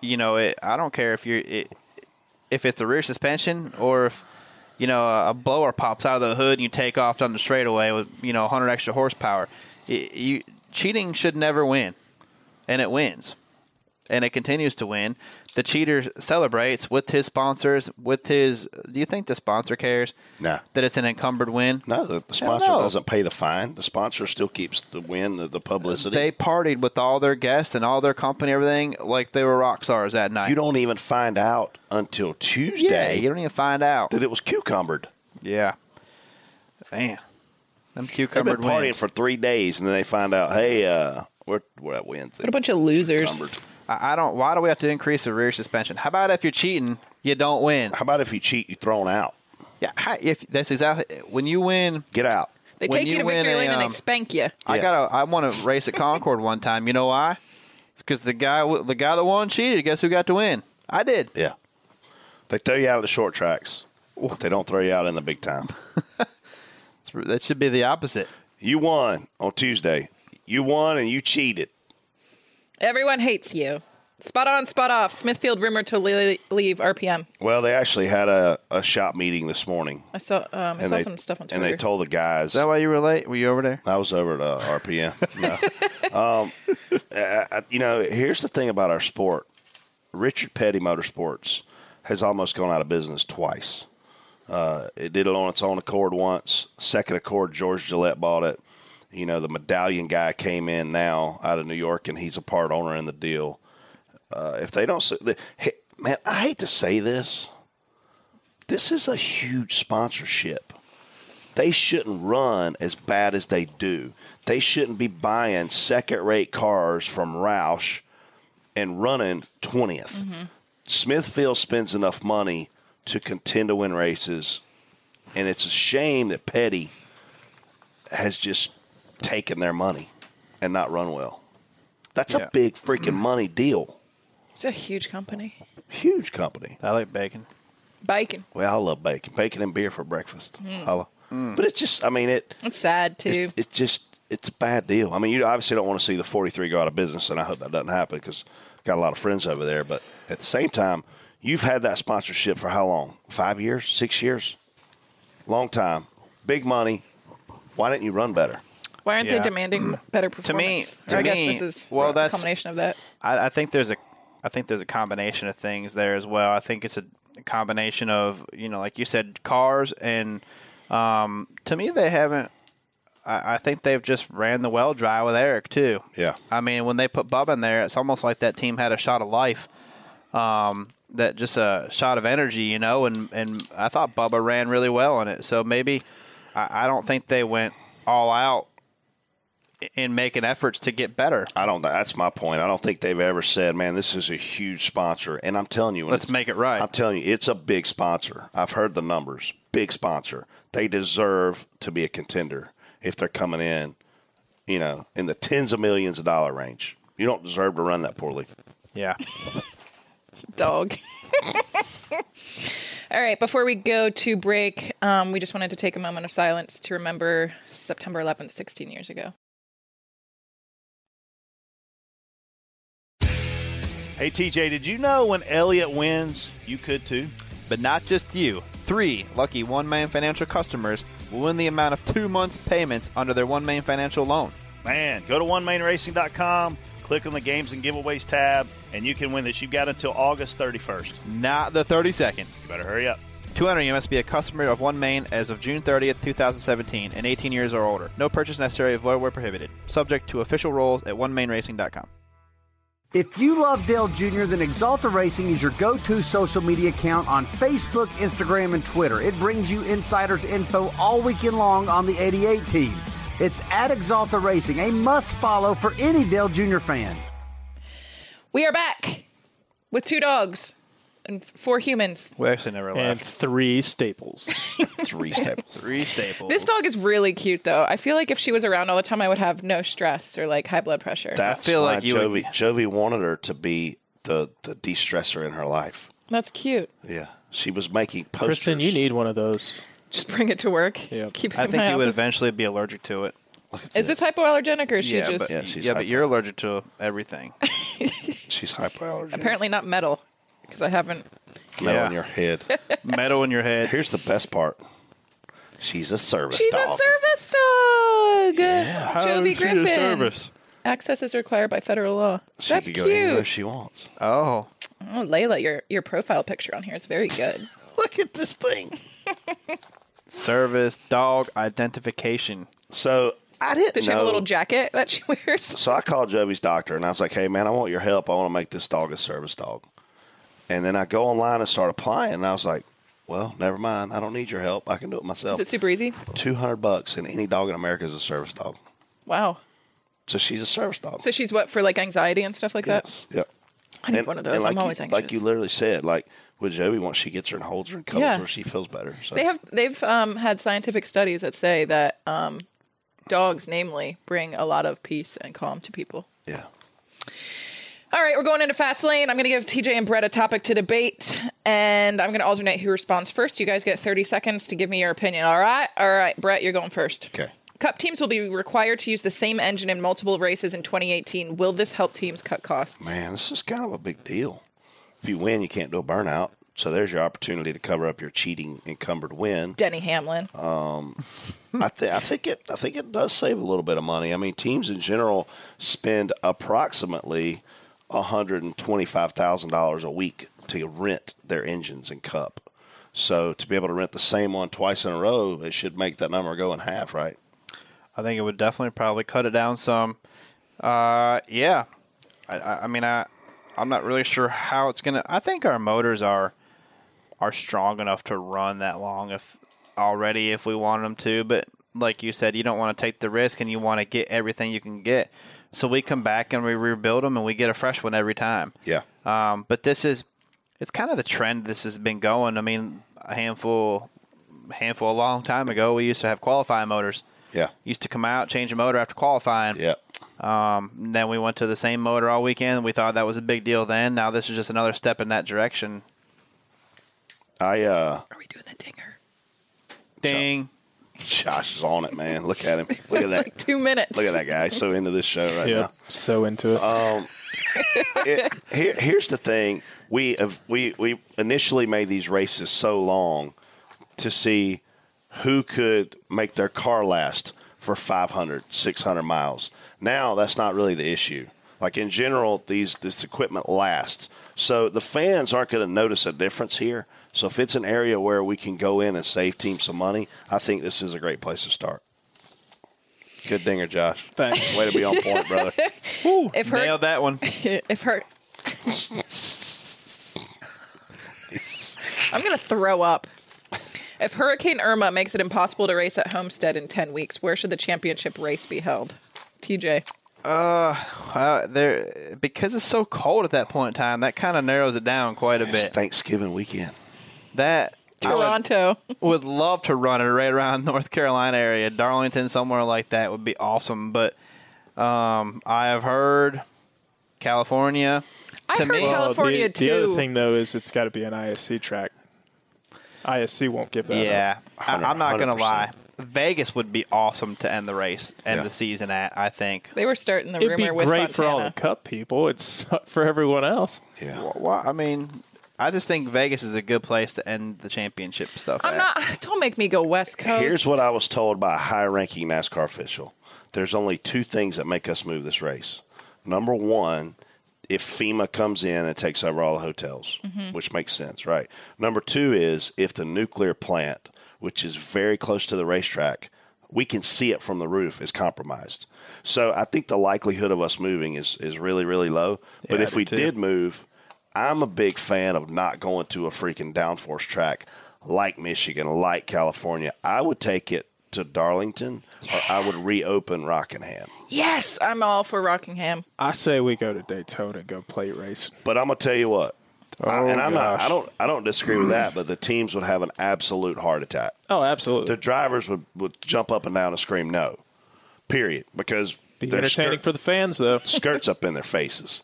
[SPEAKER 2] you know, it, I don't care if you're it, if it's the rear suspension or if you know a, a blower pops out of the hood and you take off down the straightaway with you know 100 extra horsepower. Y- you cheating should never win, and it wins, and it continues to win. The cheater celebrates with his sponsors. With his, do you think the sponsor cares?
[SPEAKER 6] Nah.
[SPEAKER 2] That it's an encumbered win.
[SPEAKER 6] No, the, the sponsor
[SPEAKER 2] no.
[SPEAKER 6] doesn't pay the fine. The sponsor still keeps the win, the, the publicity.
[SPEAKER 2] They partied with all their guests and all their company, everything like they were rock stars that night.
[SPEAKER 6] you don't even find out until
[SPEAKER 2] yeah,
[SPEAKER 6] Tuesday
[SPEAKER 2] you don't even find out.
[SPEAKER 6] that it was cucumbered.
[SPEAKER 2] Yeah, man, them
[SPEAKER 6] They've been
[SPEAKER 2] cucumbered
[SPEAKER 6] partying
[SPEAKER 2] wins.
[SPEAKER 6] for three days, and then they find out, hey, uh, we're we're at Wednesday.
[SPEAKER 7] What a bunch of losers.
[SPEAKER 6] cucumbered.
[SPEAKER 2] I, I don't. Why do we have to increase the rear suspension? How about if you're cheating, you don't win?
[SPEAKER 6] How about if you cheat, you thrown out?
[SPEAKER 2] Yeah, hi- if that's exactly when you win.
[SPEAKER 6] Get out.
[SPEAKER 7] They
[SPEAKER 2] When
[SPEAKER 7] take you,
[SPEAKER 2] you
[SPEAKER 7] to
[SPEAKER 2] win
[SPEAKER 7] victory
[SPEAKER 2] a,
[SPEAKER 7] lane and
[SPEAKER 2] um,
[SPEAKER 7] they spank you.
[SPEAKER 2] I
[SPEAKER 6] Yeah.
[SPEAKER 2] got. to I won a race at Concord one time. You know why? It's because the guy, w- the guy that won, cheated. Guess who got to win? I did.
[SPEAKER 6] Yeah, They throw you out of the short tracks. They don't throw you out in the big time.
[SPEAKER 2] that should be the opposite.
[SPEAKER 6] You won on Tuesday. You won and you cheated.
[SPEAKER 7] Everyone hates you. Spot on, spot off. Smithfield rumored to le- leave RPM.
[SPEAKER 6] Well, they actually had a, a shop meeting this morning.
[SPEAKER 7] I saw um, I saw
[SPEAKER 6] they,
[SPEAKER 7] some stuff on Twitter.
[SPEAKER 6] and they told the guys.
[SPEAKER 2] Is that why you were late? Were you over there?
[SPEAKER 6] I was over at uh, RPM. No. um, I, I- you know, here's the thing about our sport. Richard Petty Motorsports has almost gone out of business twice. Uh, it did it on its own accord once. Second accord, George Gillette bought it. You know, the medallion guy came in now out of New York, and he's a part owner in the deal. Uh, if they don't, s- the, hey, man, I hate to say this. This is a huge sponsorship they shouldn't run as bad as they do. They shouldn't be buying second rate cars from Roush and running 20th. Smithfield spends enough money to contend to win races, and it's a shame that Petty has just taken their money and not run well. That's
[SPEAKER 2] Yeah.
[SPEAKER 6] a big freaking money deal.
[SPEAKER 7] it's a huge company.
[SPEAKER 6] Huge company.
[SPEAKER 2] I like bacon.
[SPEAKER 7] Biking.
[SPEAKER 6] Well, I love bacon. Bacon and beer for breakfast. I lo- But it's just, I mean, it.
[SPEAKER 7] It's sad too.
[SPEAKER 6] It's, it's just it's a bad deal. I mean, you obviously don't want to see the 43 go out of business, and I hope that doesn't happen because got a lot of friends over there. But at the same time, you've had that sponsorship for how long? Five years? Six years? Long time. Big money. Why didn't you run better?
[SPEAKER 7] Why aren't
[SPEAKER 2] Yeah.
[SPEAKER 7] they demanding better performance?
[SPEAKER 2] to
[SPEAKER 7] Or I
[SPEAKER 2] me-
[SPEAKER 7] guess this is
[SPEAKER 2] well,
[SPEAKER 7] a
[SPEAKER 2] that's-
[SPEAKER 7] combination of that.
[SPEAKER 2] I, I think there's a I think there's a combination of things there as well. I think it's a combination of you know, like you said, cars and um, to me they haven't. I, I think they've just ran the well dry with Eric too.
[SPEAKER 6] Yeah.
[SPEAKER 2] I mean, when they put Bub in there, it's almost like that team had a shot of life. Um, that just a shot of energy, you know, and, and I thought Bubba ran really well on it. So maybe I, I don't think they went all out in making efforts to get better.
[SPEAKER 6] I don't. That's my point. I don't think they've ever said, "Man, this is a huge sponsor." And I'm telling you, when
[SPEAKER 2] Let's
[SPEAKER 6] it's-
[SPEAKER 2] make it right.
[SPEAKER 6] I'm telling you, it's a big sponsor. I've heard the numbers. Big sponsor. They deserve to be a contender if they're coming in, you know, in the tens of millions of dollar range. You don't deserve to run that poorly.
[SPEAKER 2] Yeah.
[SPEAKER 7] Dog. All right, before we go to break, um, we just wanted to take a moment of silence to remember September 11th, 16 years ago.
[SPEAKER 9] Hey, TJ, did you know when Elliot wins, you could too?
[SPEAKER 2] But not just you. Three lucky One Main Financial customers will win the amount of two months' payments under their One Main Financial loan.
[SPEAKER 9] Man, go to onemainracing.com, click on the games and giveaways tab, and you can win this. You've got until August 31st.
[SPEAKER 2] Not the 32nd.
[SPEAKER 9] You better hurry up.
[SPEAKER 2] To enter, you must be a customer of One Main as of June 30th, 2017, and 18 years or older. No purchase necessary, void where prohibited. Subject to official rules at onemainracing.com.
[SPEAKER 10] If you love Dale Jr., then Exalta Racing is your go to social media account on Facebook, Instagram, and Twitter. It brings you insiders' info all weekend long on the 88 team. It's at Exalta Racing, a must follow for any Dale Jr. fan.
[SPEAKER 7] We are back with two dogs and f- four humans.
[SPEAKER 2] We actually never
[SPEAKER 8] And
[SPEAKER 2] left.
[SPEAKER 8] three staples.
[SPEAKER 6] Three steps.
[SPEAKER 2] Three staples.
[SPEAKER 7] This dog is really cute, though. I feel like if she was around all the time, I would have no stress or like high blood pressure.
[SPEAKER 6] That's
[SPEAKER 2] feel
[SPEAKER 6] why
[SPEAKER 2] like you
[SPEAKER 6] Jovi
[SPEAKER 2] would-
[SPEAKER 6] Jovi wanted her to be the the de stressor in her life.
[SPEAKER 7] That's cute.
[SPEAKER 6] Yeah, she was making posters.
[SPEAKER 8] Kristen, you need one of those.
[SPEAKER 7] Just bring it to work.
[SPEAKER 8] Yep.
[SPEAKER 7] Keep it
[SPEAKER 2] I
[SPEAKER 7] in
[SPEAKER 2] think
[SPEAKER 7] my
[SPEAKER 2] he would
[SPEAKER 7] office.
[SPEAKER 2] eventually be allergic to it.
[SPEAKER 7] Is this hypoallergenic or is she
[SPEAKER 2] yeah,
[SPEAKER 7] just
[SPEAKER 2] but, yeah,
[SPEAKER 6] Yeah, she's
[SPEAKER 2] but
[SPEAKER 6] hypo.
[SPEAKER 2] you're allergic to everything.
[SPEAKER 6] She's hypoallergenic.
[SPEAKER 7] apparently not metal? Because I haven't.
[SPEAKER 6] metal
[SPEAKER 2] Yeah.
[SPEAKER 6] in your head.
[SPEAKER 2] Metal in your head.
[SPEAKER 6] Here's the best part. She's a service
[SPEAKER 7] She's
[SPEAKER 6] dog.
[SPEAKER 7] a service dog. Jovi Griffin.
[SPEAKER 2] service.
[SPEAKER 7] Access is required by federal law.
[SPEAKER 6] She
[SPEAKER 7] That's
[SPEAKER 6] can go
[SPEAKER 7] cute.
[SPEAKER 6] anywhere she wants. Uh,
[SPEAKER 2] Oh.
[SPEAKER 7] Oh, Layla, your your profile picture on here is very good.
[SPEAKER 6] Look at this thing.
[SPEAKER 2] Service dog identification.
[SPEAKER 6] So I didn't
[SPEAKER 7] Does she
[SPEAKER 6] know.
[SPEAKER 7] have a little jacket that she wears?
[SPEAKER 6] so I called Jovi's doctor and I was like, "Hey man, I want your help. I want to make this dog a service dog." And then I go online and start applying, and I was like, "Well, never mind. I don't need your help. I can do it
[SPEAKER 7] Is
[SPEAKER 6] myself."
[SPEAKER 7] it super easy?
[SPEAKER 6] Two hundred bucks, and any dog in America is a service dog.
[SPEAKER 7] Wow.
[SPEAKER 6] So she's a service dog.
[SPEAKER 7] So she's what for like anxiety and stuff like
[SPEAKER 6] yes. Yep.
[SPEAKER 7] that. I need one of those.
[SPEAKER 6] like
[SPEAKER 7] I'm
[SPEAKER 6] you,
[SPEAKER 7] always anxious.
[SPEAKER 6] Like you literally said, like with Jovi, once she gets her and holds her and cuddles
[SPEAKER 7] Yeah.
[SPEAKER 6] her, she feels better. So
[SPEAKER 7] they have they've um, had scientific studies that say that um, dogs, namely, bring a lot of peace and calm to people.
[SPEAKER 6] yeah.
[SPEAKER 7] All right, we're going into fast lane. I'm going to give TJ and Brett a topic to debate, and I'm going to alternate who responds first. You guys get 30 seconds to give me your opinion. All right, all right, Brett, you're going first.
[SPEAKER 6] Okay.
[SPEAKER 7] Cup teams will be required to use the same engine in multiple races in 2018. Will this help teams cut costs?
[SPEAKER 6] Man, this is kind of a big deal. If you win, you can't do a burnout. So there's your opportunity to cover up your cheating encumbered win.
[SPEAKER 7] Denny Hamlin.
[SPEAKER 6] Um, I, th- I think it. I think it does save a little bit of money. I mean, teams in general spend approximately one hundred and twenty-five thousand dollars a week to rent their engines and cup. So to be able to rent the same one twice in a row, it should make that number go in half, right?
[SPEAKER 2] I think it would definitely probably cut it down some. Uh, yeah, I, I, I mean, I, I'm not really sure how it's gonna. I think our motors are are strong enough to run that long if already if we wanted them to. But like you said, you don't want to take the risk and you want to get everything you can get. So we come back and we rebuild them and we get a fresh one every time.
[SPEAKER 6] Yeah.
[SPEAKER 2] Um, but this is it's kind of the trend this has been going. I mean, a handful handful a long time ago we used to have qualifying motors.
[SPEAKER 6] Yeah.
[SPEAKER 2] Used to come out, change a motor after qualifying.
[SPEAKER 6] Yeah.
[SPEAKER 2] Um, and then we went to the same motor all weekend. We thought that was a big deal then. Now this is just another step in that direction.
[SPEAKER 6] I uh,
[SPEAKER 2] Ding.
[SPEAKER 6] Josh is on it, man. Look at him. Look at that.
[SPEAKER 7] Like two minutes.
[SPEAKER 6] Look at that guy. He's So into this show right
[SPEAKER 8] Yep. So into it.
[SPEAKER 6] Um, it- here, here's the thing: we have, we we initially made these races so long to see who could make their car last for 500, 600 miles. Now that's not really the issue. Like in general, these this equipment lasts, so the fans aren't going to notice a difference here. So if it's an area where we can go in and save teams some money, I think this is a great place to start. Good dinger, Josh.
[SPEAKER 8] Thanks.
[SPEAKER 6] Way to be on point, brother.
[SPEAKER 7] if her,
[SPEAKER 2] Nailed that one.
[SPEAKER 7] if her, I'm gonna throw up. If Hurricane Irma makes it impossible to race at Homestead in 10 weeks, where should the championship race be held? TJ.
[SPEAKER 2] Uh, there because it's so cold at that point in time, that kind of narrows it down quite a bit.
[SPEAKER 6] Thanksgiving weekend.
[SPEAKER 2] That
[SPEAKER 7] Toronto.
[SPEAKER 2] would love to run it right around North Carolina area, Darlington, somewhere like that would be awesome. But um, I have heard California.
[SPEAKER 7] I
[SPEAKER 2] to
[SPEAKER 7] heard
[SPEAKER 2] me,
[SPEAKER 7] Cali- California,
[SPEAKER 8] Oh, the, the
[SPEAKER 7] too.
[SPEAKER 8] other thing though is it's got to be an ISC track. ISC won't
[SPEAKER 11] Uh,
[SPEAKER 8] give that. up.
[SPEAKER 2] yeah, I, I'm not gonna
[SPEAKER 6] 100%.
[SPEAKER 2] lie. Vegas would be awesome to end the race and
[SPEAKER 6] Yeah.
[SPEAKER 2] the season at. I think.
[SPEAKER 7] They were starting the
[SPEAKER 8] It'd be
[SPEAKER 7] rumor with
[SPEAKER 8] great for all the
[SPEAKER 7] Fontana.
[SPEAKER 8] cup people. It's for everyone else.
[SPEAKER 6] Yeah.
[SPEAKER 2] Wh- why- I mean, I just think Vegas is a good place to end the championship stuff.
[SPEAKER 7] I'm
[SPEAKER 2] at.
[SPEAKER 7] not. Don't make me go West Coast.
[SPEAKER 6] Here's what I was told by a high ranking NASCAR official there's only two things that make us move this race. Number one, if FEMA comes in and takes over all the hotels, which makes sense, right? Number two is if the nuclear plant, which is very close to the racetrack, we can see it from the roof, is compromised. So I think the likelihood of us moving is, is really, really low. but
[SPEAKER 2] Yeah, I
[SPEAKER 6] if
[SPEAKER 2] do
[SPEAKER 6] we
[SPEAKER 2] too.
[SPEAKER 6] did move, I'm a big fan of not going to a freaking downforce track like Michigan, like California. I would take it to Darlington or I would reopen Rockingham.
[SPEAKER 7] Yes, I'm all for Rockingham.
[SPEAKER 8] I say we go to Daytona and go plate race.
[SPEAKER 6] But I'm gonna tell you what. I,
[SPEAKER 8] Oh,
[SPEAKER 6] and I'm not,
[SPEAKER 8] gosh.
[SPEAKER 6] I don't I don't disagree with that, but the teams would have an absolute heart attack.
[SPEAKER 8] Oh,
[SPEAKER 6] The
[SPEAKER 8] absolutely.
[SPEAKER 6] drivers would, would jump up and down and scream no. Period. Because
[SPEAKER 8] Be
[SPEAKER 6] they're
[SPEAKER 8] entertaining
[SPEAKER 6] scur-
[SPEAKER 8] for the fans though.
[SPEAKER 6] skirts up in their faces.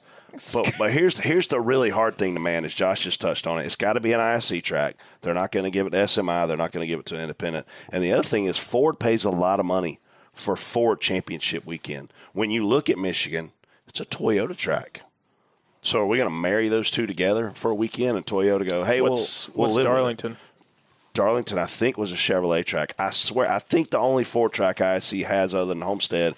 [SPEAKER 6] But but here's here's the really hard thing to manage. Josh just touched on it. It's got to be an ISC track. They're not going to give it to SMI. They're not going to give it to an independent. And the other thing is Ford pays a lot of money for Ford Championship weekend. When you look at Michigan, it's a Toyota track. So are we going to marry those two together for a weekend and Toyota go, hey,
[SPEAKER 8] What's
[SPEAKER 6] we'll, we'll
[SPEAKER 8] what's
[SPEAKER 6] live with it?
[SPEAKER 8] Darlington?
[SPEAKER 6] Darlington, I think, was a Chevrolet track. I swear, I think the only four track ISC has other than Homestead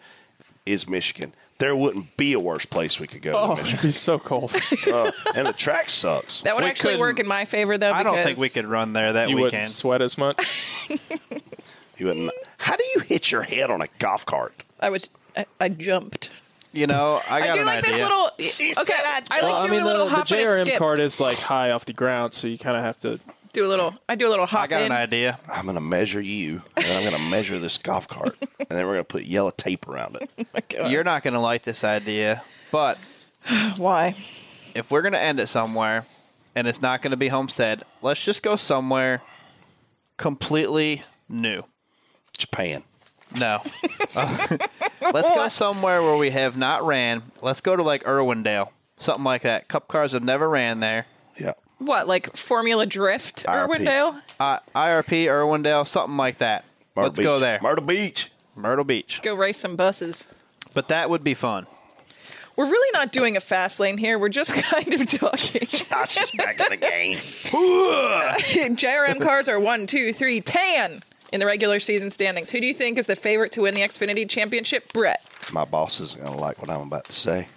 [SPEAKER 6] is Michigan. There wouldn't be a worse place we could go
[SPEAKER 8] Oh,
[SPEAKER 6] than
[SPEAKER 8] it'd
[SPEAKER 6] Michigan.
[SPEAKER 8] be so cold.
[SPEAKER 6] Uh, and the track sucks.
[SPEAKER 7] That would
[SPEAKER 2] We
[SPEAKER 7] actually
[SPEAKER 2] couldn't-
[SPEAKER 7] work in my favor, though.
[SPEAKER 2] I don't
[SPEAKER 7] because-
[SPEAKER 2] think we could run there that
[SPEAKER 8] you
[SPEAKER 2] weekend.
[SPEAKER 8] wouldn't sweat as much.
[SPEAKER 6] You wouldn't. How do you hit your head on a golf cart?
[SPEAKER 7] I was. I, I jumped.
[SPEAKER 2] You know, I
[SPEAKER 7] I,
[SPEAKER 2] got
[SPEAKER 7] do
[SPEAKER 2] an
[SPEAKER 7] like
[SPEAKER 2] idea.
[SPEAKER 7] this little. okay, I like
[SPEAKER 8] Well, I
[SPEAKER 7] doing
[SPEAKER 8] mean,
[SPEAKER 7] a little
[SPEAKER 8] the, the
[SPEAKER 7] hop and a
[SPEAKER 8] JRM
[SPEAKER 7] skip.
[SPEAKER 8] card is like high off the ground, so you kind of have to.
[SPEAKER 7] Do a little. I do a little hop
[SPEAKER 2] I got
[SPEAKER 7] in.
[SPEAKER 2] an idea.
[SPEAKER 6] I'm going to measure you, and I'm going to measure this golf cart, and then we're going to put yellow tape around it.
[SPEAKER 7] God.
[SPEAKER 2] You're not going to like this idea, but
[SPEAKER 7] Why?
[SPEAKER 2] if we're going to end it somewhere and it's not going to be Homestead, let's just go somewhere completely new.
[SPEAKER 6] Japan.
[SPEAKER 2] No. Uh, let's go somewhere where we have not ran. Let's go to like Irwindale something like that. Cup cars have never ran there.
[SPEAKER 6] Yeah.
[SPEAKER 7] What, like Formula Drift, Irwindale?
[SPEAKER 2] Uh, IRP, Irwindale, something like that.
[SPEAKER 6] Myrtle
[SPEAKER 2] Let's go
[SPEAKER 6] Beach.
[SPEAKER 2] there.
[SPEAKER 6] Myrtle Beach.
[SPEAKER 2] Myrtle Beach.
[SPEAKER 7] Go race some buses.
[SPEAKER 2] But that would be fun.
[SPEAKER 7] We're really not doing a fast lane here. We're just kind of talking.
[SPEAKER 6] back in the game.
[SPEAKER 7] JRM cars are one, two, three, tan in the regular season standings. Who do you think is the favorite to win the Xfinity Championship? Brett.
[SPEAKER 6] My boss isn't going to like what I'm about to say,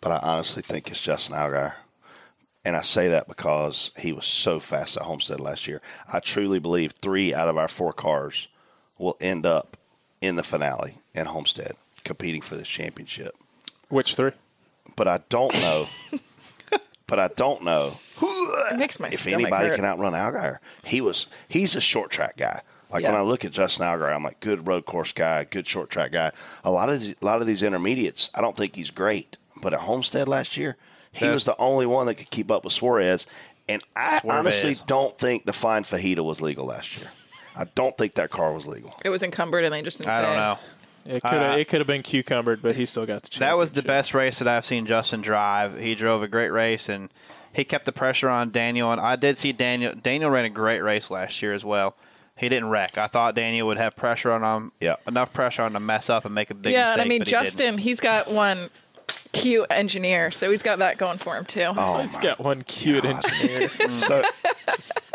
[SPEAKER 6] but I honestly think it's Justin Allgaier. And I say that because he was so fast at Homestead last year. I truly believe three out of our four cars will end up in the finale in Homestead competing for this championship.
[SPEAKER 8] Which three?
[SPEAKER 6] But I don't know. but I don't know
[SPEAKER 7] It makes my
[SPEAKER 6] if
[SPEAKER 7] stomach
[SPEAKER 6] anybody
[SPEAKER 7] hurt.
[SPEAKER 6] can outrun Algar, he was he's a short track guy. Like
[SPEAKER 7] Yeah.
[SPEAKER 6] when I look at Justin Algar, I'm like, good road course guy, good short track guy. A lot of these, a lot of these intermediates, I don't think he's great. But at Homestead last year, he was the only one that could keep up with Suarez. And I
[SPEAKER 2] Suarez.
[SPEAKER 6] honestly don't think the fine fajita was legal last year. I don't think that car was legal.
[SPEAKER 7] It was encumbered and they just didn't
[SPEAKER 2] I
[SPEAKER 7] say
[SPEAKER 2] don't
[SPEAKER 7] it.
[SPEAKER 2] know.
[SPEAKER 8] It could have
[SPEAKER 2] Uh,
[SPEAKER 8] it could have been cucumbered, but he still got the.
[SPEAKER 2] That was the best race that I've seen Justin drive. He drove a great race and he kept the pressure on Daniel. And I did see Daniel. Daniel ran a great race last year as well. He didn't wreck. I thought Daniel would have pressure on him.
[SPEAKER 6] Yeah.
[SPEAKER 2] Enough pressure on him to mess up and make a big
[SPEAKER 7] yeah,
[SPEAKER 2] mistake.
[SPEAKER 7] and I mean
[SPEAKER 2] but he didn't.
[SPEAKER 7] Justin, he's got one cute engineer, so he's got that going for him too.
[SPEAKER 6] Oh
[SPEAKER 8] He's
[SPEAKER 6] my!
[SPEAKER 8] got one cute engineer.
[SPEAKER 6] So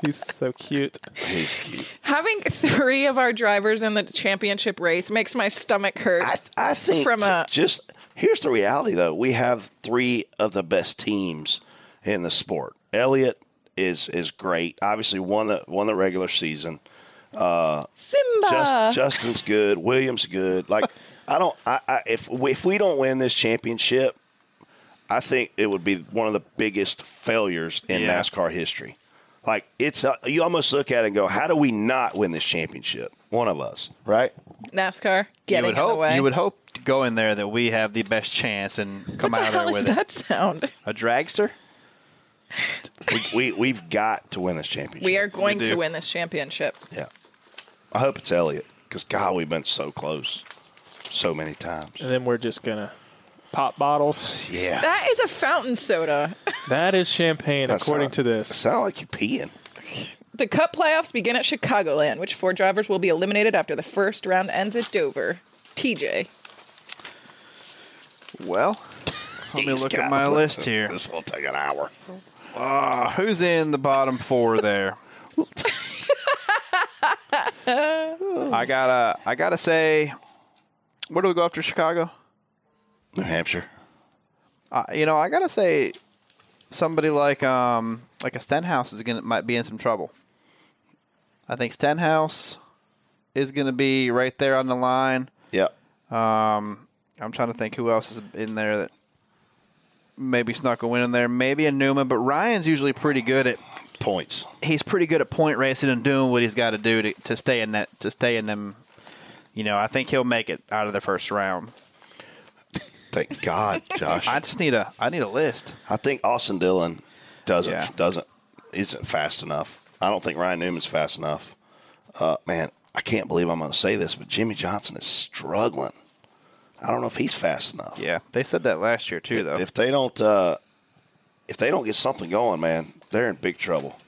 [SPEAKER 8] He's so cute.
[SPEAKER 6] he's cute.
[SPEAKER 7] Having three of our drivers in the championship race makes my stomach hurt.
[SPEAKER 6] I, I think
[SPEAKER 7] From a-
[SPEAKER 6] just here's the reality though. We have three of the best teams in the sport. Elliott is is great. Obviously won the won the regular season.
[SPEAKER 7] Simba.
[SPEAKER 6] Just, Justin's good. Williams good. Like I don't. I, I if we, if we don't win this championship, I think it would be one of the biggest failures in
[SPEAKER 2] Yeah.
[SPEAKER 6] NASCAR history. Like it's uh, you almost look at it and go, how do we not win this championship? One of us, right?
[SPEAKER 7] NASCAR
[SPEAKER 2] you
[SPEAKER 7] getting
[SPEAKER 2] would
[SPEAKER 7] in
[SPEAKER 2] hope
[SPEAKER 7] the way.
[SPEAKER 2] you would hope to go in there that we have the best chance and come out
[SPEAKER 7] what the
[SPEAKER 2] of there
[SPEAKER 7] hell is
[SPEAKER 2] with it.
[SPEAKER 7] that sound?
[SPEAKER 2] A dragster?
[SPEAKER 6] We, we we've got to win this championship.
[SPEAKER 7] We are going
[SPEAKER 2] do.
[SPEAKER 7] to win this championship.
[SPEAKER 6] Yeah. I hope it's Elliot because, God, we've been so close so many times.
[SPEAKER 8] And then we're just gonna pop bottles.
[SPEAKER 6] Yeah.
[SPEAKER 7] That is a fountain soda.
[SPEAKER 8] That is champagne,
[SPEAKER 6] That
[SPEAKER 8] according
[SPEAKER 6] sound-
[SPEAKER 8] to
[SPEAKER 6] It
[SPEAKER 8] this.
[SPEAKER 6] sound like you peeing.
[SPEAKER 7] The Cup playoffs begin at Chicagoland, which four drivers will be eliminated after the first round ends at Dover. TJ.
[SPEAKER 2] Well, let me look at my list here.
[SPEAKER 6] This will take an hour.
[SPEAKER 2] Uh, who's in the bottom four there? I gotta, I gotta say, where do we go after Chicago?
[SPEAKER 6] New Hampshire.
[SPEAKER 2] Uh, you know, I gotta say, somebody like, um, like a Stenhouse is gonna might be in some trouble. I think Stenhouse is gonna be right there on the line.
[SPEAKER 6] Yep.
[SPEAKER 2] Um, I'm trying to think who else is in there that maybe snuck a win in there. Maybe a Newman, but Ryan's usually pretty good at
[SPEAKER 6] Points.
[SPEAKER 2] he's pretty good at point racing and doing what he's got to do to, to stay in that to stay in them. You know, I think he'll make it out of the first round.
[SPEAKER 6] Thank God, Josh.
[SPEAKER 2] I
[SPEAKER 6] I,
[SPEAKER 2] just need a I need a list.
[SPEAKER 6] think Austin Dillon doesn't
[SPEAKER 2] Yeah.
[SPEAKER 6] doesn't isn't fast enough. I don't think Ryan Newman's fast enough. Uh, man, I can't believe I'm going to say this, but Jimmy Johnson is struggling. I don't know if he's fast enough.
[SPEAKER 2] Yeah, they said that last year too, though.
[SPEAKER 6] If they don't, uh, if they don't get something going, man, they're in big trouble.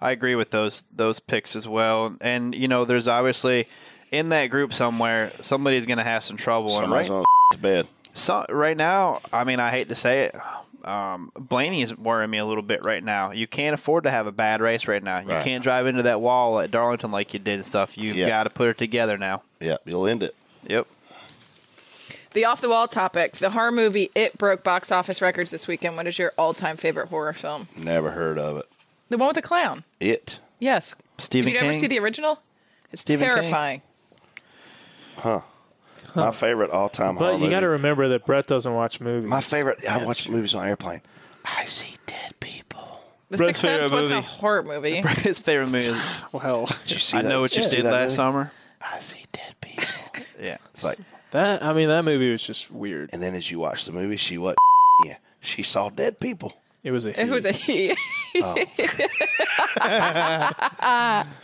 [SPEAKER 2] I agree with those those picks as well. And you know, there's obviously in that group somewhere somebody's going to have some trouble. and
[SPEAKER 6] Somebody's
[SPEAKER 2] right,
[SPEAKER 6] gonna to bed.
[SPEAKER 2] so, right now, I mean, I hate to say it. Um, Blaney is worrying me a little bit right now. You can't afford to have a bad race right now. You
[SPEAKER 6] Right.
[SPEAKER 2] can't drive into that wall at Darlington like you did and stuff. You've
[SPEAKER 6] Yeah.
[SPEAKER 2] got to put it together now.
[SPEAKER 6] Yeah, you'll end it.
[SPEAKER 2] Yep.
[SPEAKER 7] The off the wall topic. The horror movie It broke box office records this weekend. What is your all time favorite horror film?
[SPEAKER 6] Never heard of it.
[SPEAKER 7] The one with the clown.
[SPEAKER 6] It,
[SPEAKER 7] Yes.
[SPEAKER 2] Stephen
[SPEAKER 7] Did you ever
[SPEAKER 2] King?
[SPEAKER 7] see the original? It's
[SPEAKER 2] Stephen King?
[SPEAKER 7] terrifying.
[SPEAKER 6] huh? My favorite all-time. horror
[SPEAKER 8] But you
[SPEAKER 6] movie.
[SPEAKER 8] got to remember that Brett doesn't watch movies.
[SPEAKER 6] My favorite. I watch movies on airplane. I see dead people.
[SPEAKER 7] The
[SPEAKER 2] Brett's
[SPEAKER 7] Sixth Sense
[SPEAKER 2] favorite
[SPEAKER 7] wasn't a
[SPEAKER 2] movie.
[SPEAKER 7] horror movie.
[SPEAKER 2] His favorite movie is
[SPEAKER 8] Well,
[SPEAKER 6] Did you see
[SPEAKER 2] I
[SPEAKER 6] that-
[SPEAKER 2] Know What You
[SPEAKER 6] see
[SPEAKER 2] Did
[SPEAKER 6] that
[SPEAKER 2] Last
[SPEAKER 6] movie?
[SPEAKER 2] Summer.
[SPEAKER 6] I see dead people.
[SPEAKER 2] Yeah.
[SPEAKER 6] It's like,
[SPEAKER 8] that I mean, that movie was just weird.
[SPEAKER 6] and then as you watch the movie, she what? Yeah, she saw dead people.
[SPEAKER 8] It was a.
[SPEAKER 7] It was a he.
[SPEAKER 6] That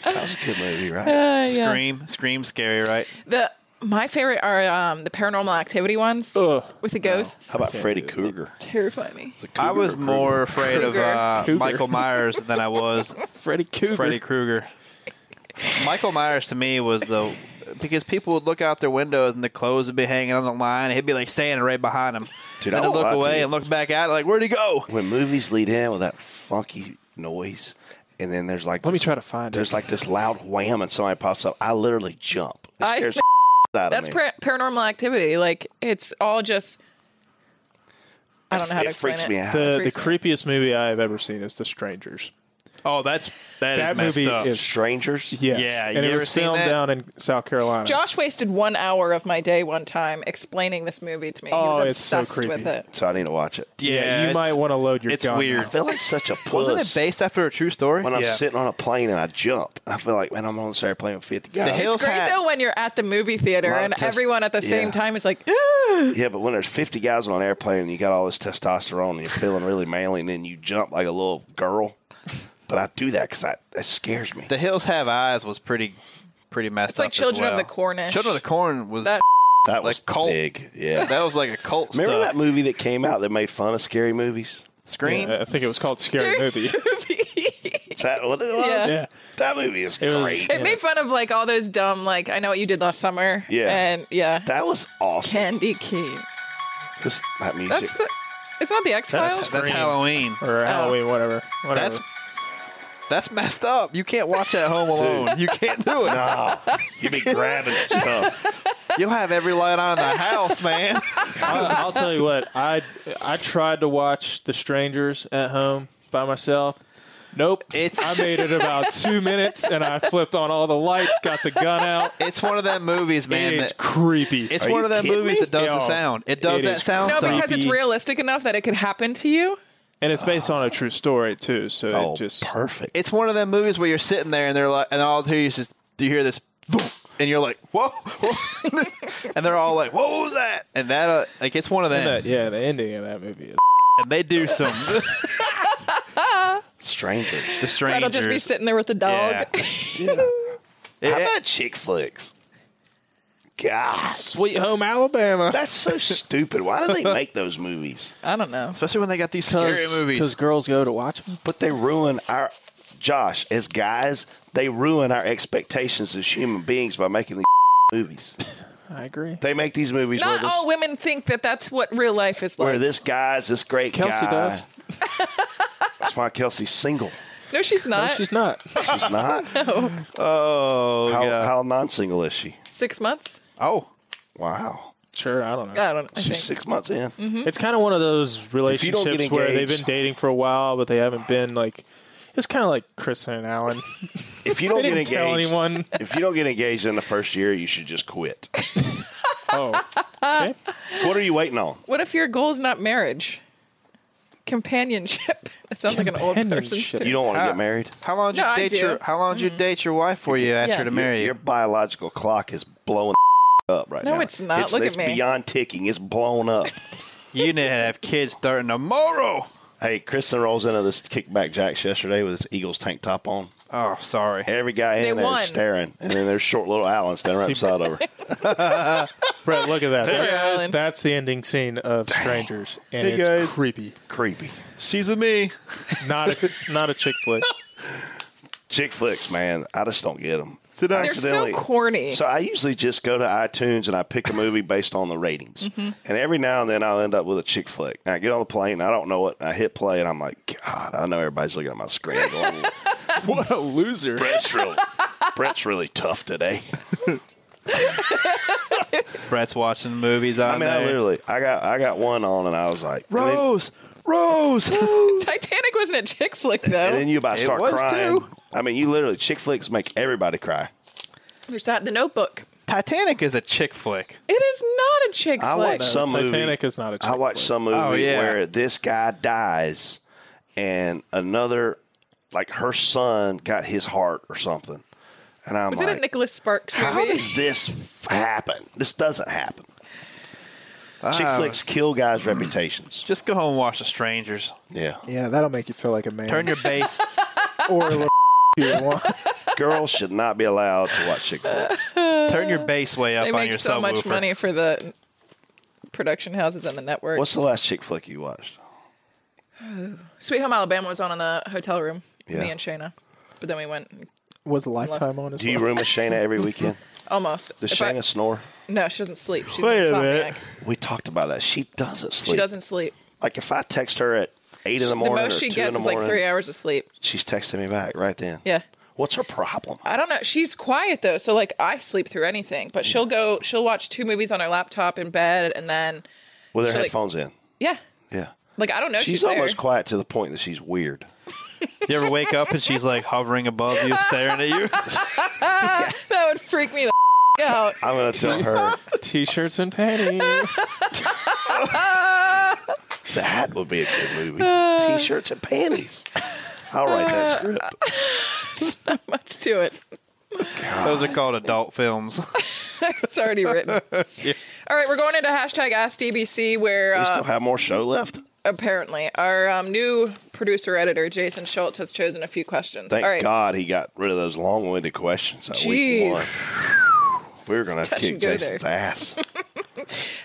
[SPEAKER 6] was a good movie, right?
[SPEAKER 7] Uh,
[SPEAKER 2] Scream. Scream scary, right?
[SPEAKER 7] The My favorite are um, the paranormal activity ones with the ghosts.
[SPEAKER 6] How about Freddy Krueger?
[SPEAKER 7] Terrify me.
[SPEAKER 2] I was
[SPEAKER 6] Krueger.
[SPEAKER 2] more afraid of
[SPEAKER 7] Krueger.
[SPEAKER 2] uh,
[SPEAKER 7] Cougar.
[SPEAKER 2] Michael Myers than I was
[SPEAKER 11] Freddy Krueger.
[SPEAKER 2] Freddy Krueger. Michael Myers to me was the because people would look out their windows and the clothes would be hanging on the line. He'd be like standing right behind them.
[SPEAKER 6] Dude, I
[SPEAKER 2] then I'd
[SPEAKER 6] won't
[SPEAKER 2] look
[SPEAKER 6] lie to
[SPEAKER 2] away
[SPEAKER 6] you.
[SPEAKER 2] and look back at it like, where'd he go?
[SPEAKER 6] When movies lead in with that funky noise, and then there's like let me try
[SPEAKER 11] to find
[SPEAKER 6] there's like this loud wham, and somebody pops up. I literally jump. It
[SPEAKER 7] I-
[SPEAKER 6] scares the out
[SPEAKER 7] That's
[SPEAKER 6] of me.
[SPEAKER 7] par- paranormal activity. Like it's all just. I don't know how to explain it.
[SPEAKER 8] The, the
[SPEAKER 7] Freaks me
[SPEAKER 8] creepiest movie I have ever seen is The Strangers.
[SPEAKER 9] Oh, that's that,
[SPEAKER 8] that movie is
[SPEAKER 6] Strangers.
[SPEAKER 8] Yes.
[SPEAKER 9] Yeah,
[SPEAKER 8] and
[SPEAKER 9] you
[SPEAKER 8] it
[SPEAKER 9] ever
[SPEAKER 8] was
[SPEAKER 9] seen
[SPEAKER 8] filmed
[SPEAKER 9] that?
[SPEAKER 8] down in South Carolina.
[SPEAKER 7] out. Josh wasted one hour of my day one time explaining this movie to me. he
[SPEAKER 8] Oh,
[SPEAKER 7] was
[SPEAKER 8] it's so
[SPEAKER 7] obsessed with
[SPEAKER 8] creepy.
[SPEAKER 7] it.
[SPEAKER 6] So I need to watch it.
[SPEAKER 8] Yeah, Yeah, you it's- might wanna load your
[SPEAKER 2] it's
[SPEAKER 6] gun
[SPEAKER 2] weird.
[SPEAKER 6] now. I feel like such a puss.
[SPEAKER 2] Wasn't it based after a true story?
[SPEAKER 6] When I'm
[SPEAKER 2] Yeah.
[SPEAKER 6] sitting on a plane and I jump, I feel like man, I'm on this airplane with 50 guys.
[SPEAKER 7] it's great though when you're at the movie theater
[SPEAKER 6] Lot of
[SPEAKER 7] and
[SPEAKER 6] test-
[SPEAKER 7] everyone at the same
[SPEAKER 6] yeah.
[SPEAKER 7] time is like,
[SPEAKER 6] Yeah, but when there's 50 guys on an airplane and you got all this testosterone and you're feeling really manly and then you jump like a little girl. But I do that because that scares me.
[SPEAKER 2] The Hills Have Eyes was pretty pretty messed
[SPEAKER 7] It's like
[SPEAKER 2] up. as
[SPEAKER 7] Children of
[SPEAKER 2] well.
[SPEAKER 7] the Cornish.
[SPEAKER 2] Children of the Corn was
[SPEAKER 7] That-
[SPEAKER 6] That was
[SPEAKER 2] cult.
[SPEAKER 6] big. Yeah.
[SPEAKER 2] That was like a cult
[SPEAKER 6] Remember
[SPEAKER 2] stuff.
[SPEAKER 6] that movie that came out that made fun of scary movies?
[SPEAKER 2] Scream?
[SPEAKER 8] Yeah, I think it was called Scary Movie.
[SPEAKER 6] Is that what it was?
[SPEAKER 7] Yeah.
[SPEAKER 8] Yeah.
[SPEAKER 6] That movie is great.
[SPEAKER 7] it made fun of like all those dumb like I know what you did last summer.
[SPEAKER 6] Yeah.
[SPEAKER 7] and yeah,
[SPEAKER 6] that was awesome.
[SPEAKER 7] Candy cane.
[SPEAKER 6] This, that music.
[SPEAKER 7] That's the, it's not the X Files.
[SPEAKER 2] Halloween
[SPEAKER 8] or Halloween, whatever. whatever.
[SPEAKER 2] That's that's messed up. You can't watch that Home Alone. You can't do it.
[SPEAKER 6] No, you be grabbing at stuff.
[SPEAKER 2] You'll have every light on in the house, man.
[SPEAKER 11] I, I'll tell you what. I I tried to watch The Strangers at home by myself. Nope.
[SPEAKER 2] It's-
[SPEAKER 11] I made it about two minutes, and I flipped on all the lights, got the gun out.
[SPEAKER 2] It's one of them movies, man.
[SPEAKER 11] It is
[SPEAKER 2] that-
[SPEAKER 11] creepy.
[SPEAKER 2] it's one of them movies that does the
[SPEAKER 11] Yeah.
[SPEAKER 2] sound. It does
[SPEAKER 11] It
[SPEAKER 2] that
[SPEAKER 11] is
[SPEAKER 2] sound
[SPEAKER 7] No,
[SPEAKER 2] stuff.
[SPEAKER 7] because it's
[SPEAKER 11] Creepy.
[SPEAKER 7] realistic enough that it could happen to you.
[SPEAKER 8] and it's based on a true story too. So
[SPEAKER 6] Oh,
[SPEAKER 8] it just
[SPEAKER 6] perfect.
[SPEAKER 2] It's one of them movies where you're sitting there and they're like, and all here is just you hear this, boom, and you're like, whoa, whoa. and they're all like, what was that? And that, uh, like, it's one of them,
[SPEAKER 8] And
[SPEAKER 2] and,
[SPEAKER 8] that, yeah, the ending of that movie is
[SPEAKER 2] they do some
[SPEAKER 6] Strangers.
[SPEAKER 2] the
[SPEAKER 7] Fred will
[SPEAKER 2] strangers.
[SPEAKER 7] just be sitting there with the dog.
[SPEAKER 2] Yeah.
[SPEAKER 6] How about chick flicks? God,
[SPEAKER 11] Sweet Home Alabama.
[SPEAKER 6] that's so stupid. Why do they make those movies?
[SPEAKER 7] I don't know.
[SPEAKER 2] Especially when they got these scary movies.
[SPEAKER 11] Because girls go to watch them.
[SPEAKER 6] But they ruin our Josh as guys. They ruin our expectations as human beings by making these movies.
[SPEAKER 11] I agree.
[SPEAKER 6] They make these movies where
[SPEAKER 7] Not
[SPEAKER 6] this,
[SPEAKER 7] all women think that that's what real life is
[SPEAKER 6] where
[SPEAKER 7] like.
[SPEAKER 6] this guy's this great
[SPEAKER 11] Kelsey
[SPEAKER 6] guy.
[SPEAKER 11] does.
[SPEAKER 6] That's why Kelsey's single.
[SPEAKER 7] No, she's
[SPEAKER 11] No,
[SPEAKER 7] not.
[SPEAKER 11] she's not.
[SPEAKER 6] She's not.
[SPEAKER 2] Oh,
[SPEAKER 6] how
[SPEAKER 2] God.
[SPEAKER 6] how non-single is she?
[SPEAKER 7] Six months.
[SPEAKER 2] oh,
[SPEAKER 6] Wow,
[SPEAKER 8] sure. I don't know.
[SPEAKER 7] I don't. I
[SPEAKER 6] she's
[SPEAKER 7] think.
[SPEAKER 6] six months in.
[SPEAKER 11] It's kind of one of those
[SPEAKER 6] you don't
[SPEAKER 11] relationships
[SPEAKER 6] get
[SPEAKER 11] where they've
[SPEAKER 6] engaged-
[SPEAKER 11] been dating for a while, but they haven't been like. It's kind of like Chris and Alan.
[SPEAKER 6] If you don't
[SPEAKER 11] They
[SPEAKER 6] get
[SPEAKER 11] didn't
[SPEAKER 6] engaged,
[SPEAKER 11] tell anyone.
[SPEAKER 6] if you don't get engaged in the first year, you should just quit.
[SPEAKER 11] Oh, okay.
[SPEAKER 6] What are you waiting on?
[SPEAKER 7] What if your goal is not marriage? Companionship. That sounds like an old person.
[SPEAKER 11] Companionship.
[SPEAKER 6] You don't want to get married.
[SPEAKER 2] how long did
[SPEAKER 7] No,
[SPEAKER 2] you
[SPEAKER 7] I
[SPEAKER 2] date
[SPEAKER 7] do. Mm-hmm.
[SPEAKER 2] your How long did you date your wife before you asked
[SPEAKER 7] Yeah.
[SPEAKER 2] her to
[SPEAKER 7] You-
[SPEAKER 2] marry
[SPEAKER 6] Your
[SPEAKER 2] you?
[SPEAKER 6] biological clock is blowing up right
[SPEAKER 7] No,
[SPEAKER 6] now.
[SPEAKER 7] it's not. Look at
[SPEAKER 6] it's
[SPEAKER 7] me.
[SPEAKER 6] beyond ticking. It's blown up.
[SPEAKER 2] You need to have kids starting tomorrow.
[SPEAKER 6] hey, Kristen rolls into this kickback jacks yesterday with his Eagles tank top on.
[SPEAKER 2] Oh, sorry.
[SPEAKER 6] Every guy
[SPEAKER 7] They
[SPEAKER 6] in there
[SPEAKER 7] won.
[SPEAKER 6] is staring, and then there's short little Alan standing right beside of her.
[SPEAKER 11] Brett, look at that.
[SPEAKER 7] Alan.
[SPEAKER 11] That's, that's the ending scene of Strangers, and
[SPEAKER 2] Hey,
[SPEAKER 11] it's
[SPEAKER 2] guys.
[SPEAKER 11] creepy.
[SPEAKER 6] Creepy.
[SPEAKER 2] She's with me.
[SPEAKER 11] Not a, not a chick flick.
[SPEAKER 6] Chick flicks, man. I just don't get them.
[SPEAKER 7] They're so corny.
[SPEAKER 6] So I usually just go to iTunes and I pick a movie based on the ratings.
[SPEAKER 7] Mm-hmm.
[SPEAKER 6] And every now and then I'll end up with a chick flick. And I get on the plane, and I don't know it. and I hit play, and I'm like, God, I know everybody's looking at my screen. Going,
[SPEAKER 8] What a loser!
[SPEAKER 6] Brett's really, Brett's really tough today.
[SPEAKER 2] Brett's watching movies on
[SPEAKER 6] I mean, I
[SPEAKER 2] there.
[SPEAKER 6] literally, I got, I got one on, and I was like, and then-
[SPEAKER 2] Rose, Rose.
[SPEAKER 7] Titanic wasn't a chick flick though.
[SPEAKER 6] And then you about
[SPEAKER 2] It
[SPEAKER 6] start
[SPEAKER 2] was
[SPEAKER 6] crying.
[SPEAKER 2] too.
[SPEAKER 6] I mean, you literally chick flicks make everybody cry.
[SPEAKER 7] There's that. The Notebook.
[SPEAKER 2] Titanic is a chick flick.
[SPEAKER 7] It is not a chick
[SPEAKER 6] I
[SPEAKER 7] flick.
[SPEAKER 6] watch some
[SPEAKER 11] Titanic
[SPEAKER 6] movie.
[SPEAKER 11] is not a chick
[SPEAKER 6] I watched
[SPEAKER 11] flick.
[SPEAKER 6] some movie
[SPEAKER 2] Oh, yeah.
[SPEAKER 6] where this guy dies, and another, like her son, got his heart or something. And I'm
[SPEAKER 7] Was
[SPEAKER 6] like,
[SPEAKER 7] it a Nicholas Sparks
[SPEAKER 6] how
[SPEAKER 7] movie?
[SPEAKER 6] does this happen? This doesn't happen. Chick flicks kill guys' reputations.
[SPEAKER 2] Just go home and watch The Strangers.
[SPEAKER 6] Yeah.
[SPEAKER 8] Yeah, that'll make you feel like a man.
[SPEAKER 2] Turn your bass.
[SPEAKER 8] or a little you want.
[SPEAKER 6] Girls should not be allowed to watch Chick Fil A.
[SPEAKER 2] Turn your bass way
[SPEAKER 7] they make so much money for the production houses and the network.
[SPEAKER 6] What's the last chick flick you watched?
[SPEAKER 7] Sweet Home Alabama was on in the hotel room.
[SPEAKER 6] Yeah.
[SPEAKER 7] Me and Shayna, but then we went
[SPEAKER 11] Was Lifetime on as
[SPEAKER 6] Do you
[SPEAKER 11] well?
[SPEAKER 6] room with Shayna every weekend?
[SPEAKER 7] almost.
[SPEAKER 6] Does
[SPEAKER 7] If I-
[SPEAKER 6] Shayna snore?
[SPEAKER 7] no, she doesn't sleep. She's an insomniac.
[SPEAKER 6] We talked about that. She doesn't sleep.
[SPEAKER 7] She doesn't sleep.
[SPEAKER 6] Like if I text her at eight in the
[SPEAKER 7] The
[SPEAKER 6] morning,
[SPEAKER 7] most
[SPEAKER 6] or
[SPEAKER 7] she
[SPEAKER 6] two
[SPEAKER 7] gets
[SPEAKER 6] in the
[SPEAKER 7] is like
[SPEAKER 6] morning,
[SPEAKER 7] three hours of sleep.
[SPEAKER 6] She's texting me back right then.
[SPEAKER 7] Yeah.
[SPEAKER 6] What's her problem?
[SPEAKER 7] I don't know. She's quiet though, so like I sleep through anything. But she'll go. She'll watch two movies on her laptop in bed, and then
[SPEAKER 6] With her
[SPEAKER 7] She's like-
[SPEAKER 6] headphones in.
[SPEAKER 7] yeah,
[SPEAKER 6] Yeah.
[SPEAKER 7] like I don't know. if
[SPEAKER 6] she's
[SPEAKER 7] she's there.
[SPEAKER 6] almost quiet to the point that she's weird.
[SPEAKER 2] You ever wake up and she's like hovering above you, staring at you?
[SPEAKER 7] that would freak me the out.
[SPEAKER 6] I'm gonna tell her.
[SPEAKER 11] T-shirts and panties.
[SPEAKER 6] That would be a good movie.
[SPEAKER 7] Uh,
[SPEAKER 6] T-shirts and panties. I'll write that script.
[SPEAKER 7] There's not much to it.
[SPEAKER 2] Those are called adult films.
[SPEAKER 7] It's already written. All right, we're going into hashtag Ask DBC, where
[SPEAKER 6] We
[SPEAKER 7] uh,
[SPEAKER 6] still have more show left.
[SPEAKER 7] apparently our um, new producer editor Jason Schultz has chosen a few questions.
[SPEAKER 6] Thank
[SPEAKER 7] All right,
[SPEAKER 6] God he got rid of those long-winded questions at week
[SPEAKER 7] Jeez.
[SPEAKER 6] one. We were gonna
[SPEAKER 7] Touch
[SPEAKER 6] kick
[SPEAKER 7] and go
[SPEAKER 6] Jason's
[SPEAKER 7] there.
[SPEAKER 6] ass.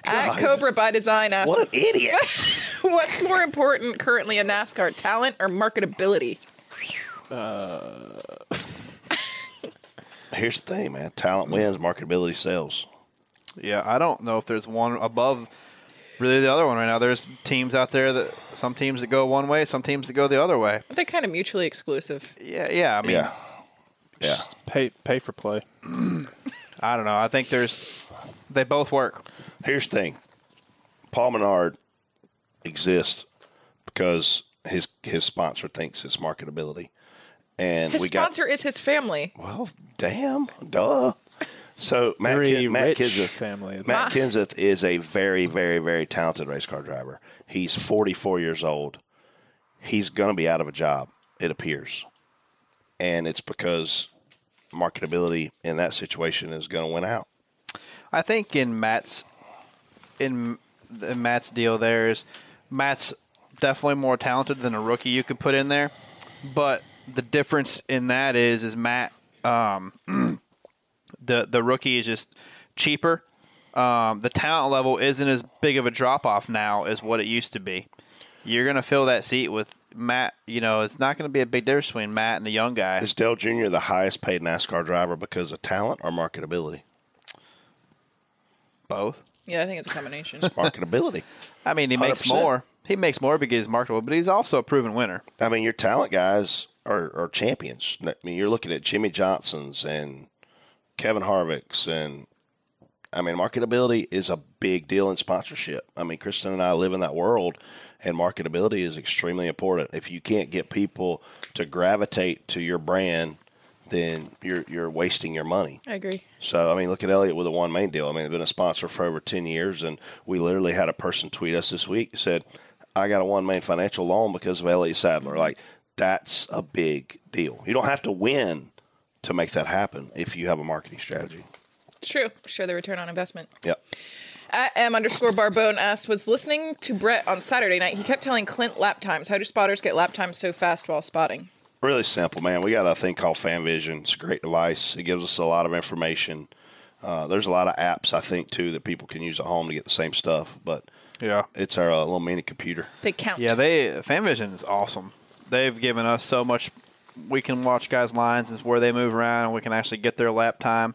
[SPEAKER 7] at
[SPEAKER 6] God.
[SPEAKER 7] Cobra by Design asked,
[SPEAKER 6] What an idiot!
[SPEAKER 7] "What's more important currently in NASCAR, talent or marketability?"
[SPEAKER 6] Here's the thing, man. Talent wins, marketability sells.
[SPEAKER 2] Yeah, I don't know if there's one above really the other one right now. There's teams out there that some teams that go one way, some teams that go the other way.
[SPEAKER 7] They're kind of mutually exclusive.
[SPEAKER 2] Yeah, yeah. I mean,
[SPEAKER 6] Yeah. Yeah.
[SPEAKER 11] pay pay for play.
[SPEAKER 2] I don't know. I think there's they both work.
[SPEAKER 6] Here's the thing. Paul Menard exists because his his sponsor thinks it's marketability. And
[SPEAKER 7] His
[SPEAKER 6] we got
[SPEAKER 7] sponsor is his family.
[SPEAKER 6] Well, damn, duh. So Matt,
[SPEAKER 11] Very
[SPEAKER 6] Ken- Matt
[SPEAKER 11] rich
[SPEAKER 6] Kenseth,
[SPEAKER 11] family.
[SPEAKER 6] Matt Kenseth is a very, very, very talented race car driver. He's 44 years old. He's going to be out of a job, it appears, and it's because marketability in that situation is going to win out.
[SPEAKER 2] I think in Matt's in, in Matt's deal there is Matt's definitely more talented than a rookie you could put in there, but the difference in that is is Matt um, the the rookie is just cheaper. Um, the talent level isn't as big of a drop off now as what it used to be. You're gonna fill that seat with Matt. You know it's not gonna be a big difference between Matt and a young guy.
[SPEAKER 6] Is Dale Jr. the highest paid NASCAR driver because of talent or marketability?
[SPEAKER 2] both.
[SPEAKER 7] Yeah, I think it's a combination.
[SPEAKER 6] Marketability.
[SPEAKER 2] I mean, he makes
[SPEAKER 6] 100%.
[SPEAKER 2] more. He makes more because he's marketable, but he's also a proven winner.
[SPEAKER 6] I mean, your talent guys are, are champions. I mean, you're looking at Jimmy Johnson's and Kevin Harvick's, and I mean, marketability is a big deal in sponsorship. I mean, Kristen and I live in that world, and marketability is extremely important. If you can't get people to gravitate to your brand, then you're you're wasting your money.
[SPEAKER 7] I agree.
[SPEAKER 6] So I mean, look at Elliott with a one main deal. I mean, they've been a sponsor for over ten years, and we literally had a person tweet us this week said, "I got a one main financial loan because of Elliott Sadler." Like that's a big deal. You don't have to win to make that happen if you have a marketing strategy.
[SPEAKER 7] It's true. Show the return on investment.
[SPEAKER 6] Yep.
[SPEAKER 7] At M underscore Barbone asked, was listening to Brett on Saturday night. He kept telling Clint lap times. How do spotters get lap times so fast while spotting?
[SPEAKER 6] really simple, man. We got a thing called FanVision. It's a great device. It gives us a lot of information. Uh, there's a lot of apps I think too that people can use at home to get the same stuff, but
[SPEAKER 2] Yeah.
[SPEAKER 6] it's our uh, little mini computer.
[SPEAKER 7] They count.
[SPEAKER 2] Yeah, they FanVision is awesome. They've given us so much. We can watch guys' lines and where they move around, and we can actually get their lap time.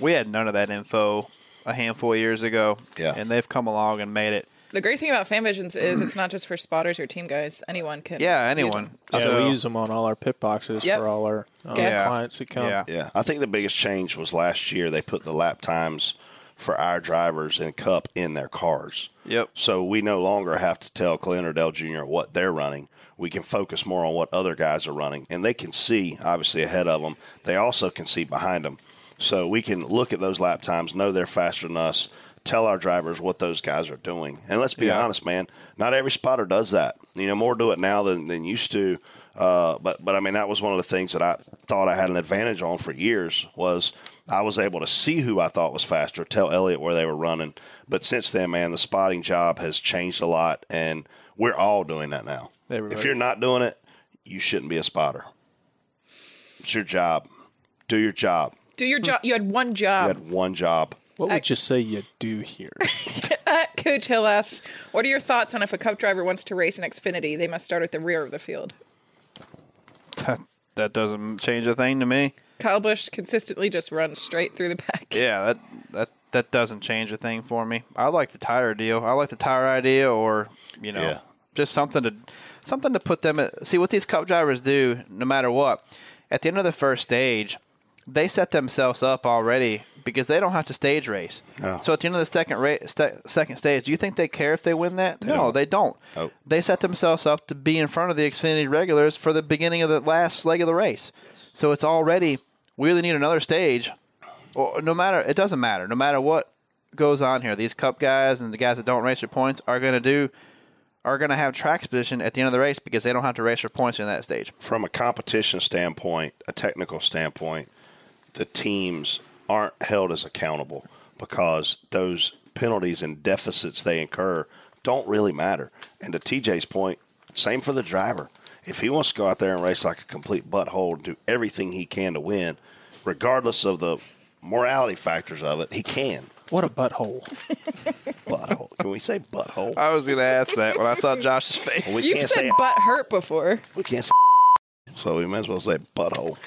[SPEAKER 2] We had none of that info a handful of years ago.
[SPEAKER 6] Yeah.
[SPEAKER 2] and they've come along and made it.
[SPEAKER 7] The great thing about fan visions is it's not just for spotters or team guys. Anyone can.
[SPEAKER 2] Yeah,
[SPEAKER 7] use
[SPEAKER 2] anyone.
[SPEAKER 7] them.
[SPEAKER 11] Yeah,
[SPEAKER 2] So-
[SPEAKER 11] we use them on all our pit boxes
[SPEAKER 7] Yep.
[SPEAKER 11] for all our um,
[SPEAKER 7] Yeah.
[SPEAKER 11] clients that come.
[SPEAKER 2] Yeah.
[SPEAKER 6] Yeah, I think the biggest change was last year they put the lap times for our drivers and Cup in their cars.
[SPEAKER 2] Yep.
[SPEAKER 6] So we no longer have to tell Clint or Dell Jr. what they're running. We can focus more on what other guys are running, and they can see obviously ahead of them. They also can see behind them, so we can look at those lap times, know they're faster than us, tell our drivers what those guys are doing. And let's be
[SPEAKER 2] Yeah.
[SPEAKER 6] honest, man, not every spotter does that. You know, more do it now than than used to. Uh, but but I mean, that was one of the things that I thought I had an advantage on for years was I was able to see who I thought was faster, tell Elliot where they were running. But since then, man, the spotting job has changed a lot, and we're all doing that now.
[SPEAKER 2] Everybody.
[SPEAKER 6] If you're not doing it, you shouldn't be a spotter. It's your job. Do your job.
[SPEAKER 7] Do your job. You had one
[SPEAKER 6] Hmm. You
[SPEAKER 7] job.
[SPEAKER 6] had one job.
[SPEAKER 11] What would you say you do here?
[SPEAKER 7] Coach Hill asks, "What are your thoughts on if a Cup driver wants to race in Xfinity, they must start at the rear of the field?"
[SPEAKER 2] That, that doesn't change a thing to me.
[SPEAKER 7] Kyle Busch consistently just runs straight through the pack.
[SPEAKER 2] Yeah, that that that doesn't change a thing for me. I like the tire deal. I like the tire idea, or you know,
[SPEAKER 6] Yeah.
[SPEAKER 2] just something to something to put them. At, see what these cup drivers do, no matter what. At the end of the first stage, they set themselves up already because they don't have to stage race.
[SPEAKER 6] No.
[SPEAKER 2] So at the end of the second ra- st- second stage, do you think they care if they win that? no, they don't.
[SPEAKER 6] Oh.
[SPEAKER 2] They set themselves up to be in front of the Xfinity regulars for the beginning of the last leg of the race. So it's already we really need another stage well, no matter it doesn't matter. No matter what goes on here, these cup guys and the guys that don't race their points are going to do are going to have track position at the end of the race because they don't have to race their points in that stage.
[SPEAKER 6] From a competition standpoint, a technical standpoint, the teams aren't held as accountable because those penalties and deficits they incur don't really matter. And to TJ's point, same for the driver. If he wants to go out there and race like a complete butthole and do everything he can to win, regardless of the morality factors of it, he can.
[SPEAKER 11] What a butthole.
[SPEAKER 6] butthole. Can we say butthole?
[SPEAKER 2] I was going to ask that when I saw Josh's face.
[SPEAKER 6] Well, we
[SPEAKER 7] You've
[SPEAKER 6] can't
[SPEAKER 7] Uh, said
[SPEAKER 6] say
[SPEAKER 7] butt hurt before.
[SPEAKER 6] we can't say so we might as well say butthole.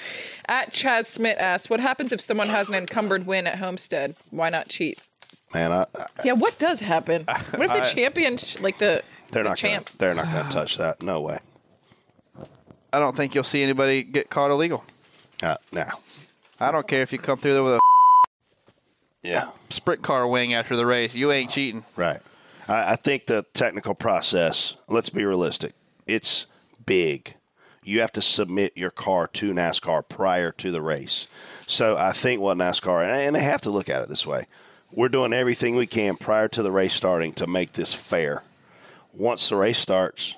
[SPEAKER 7] At Chaz Smith asks, "What happens if someone has an encumbered win at Homestead? Why not cheat?"
[SPEAKER 6] Man, I, I-
[SPEAKER 7] Yeah, what does happen? What if the
[SPEAKER 6] I-
[SPEAKER 7] champion, like the
[SPEAKER 6] they're
[SPEAKER 7] the
[SPEAKER 6] not gonna,
[SPEAKER 7] champ,
[SPEAKER 6] they're not going to touch that. No way.
[SPEAKER 2] I don't think you'll see anybody get caught illegal.
[SPEAKER 6] Uh, no.
[SPEAKER 2] I don't care if you come through there with a
[SPEAKER 6] Yeah.
[SPEAKER 2] sprint car wing after the race. You ain't cheating.
[SPEAKER 6] Right. I, I think the technical process, let's be realistic, it's big. You have to submit your car to NASCAR prior to the race. So I think what NASCAR, and, and they have to look at it this way we're doing everything we can prior to the race starting to make this fair. Once the race starts,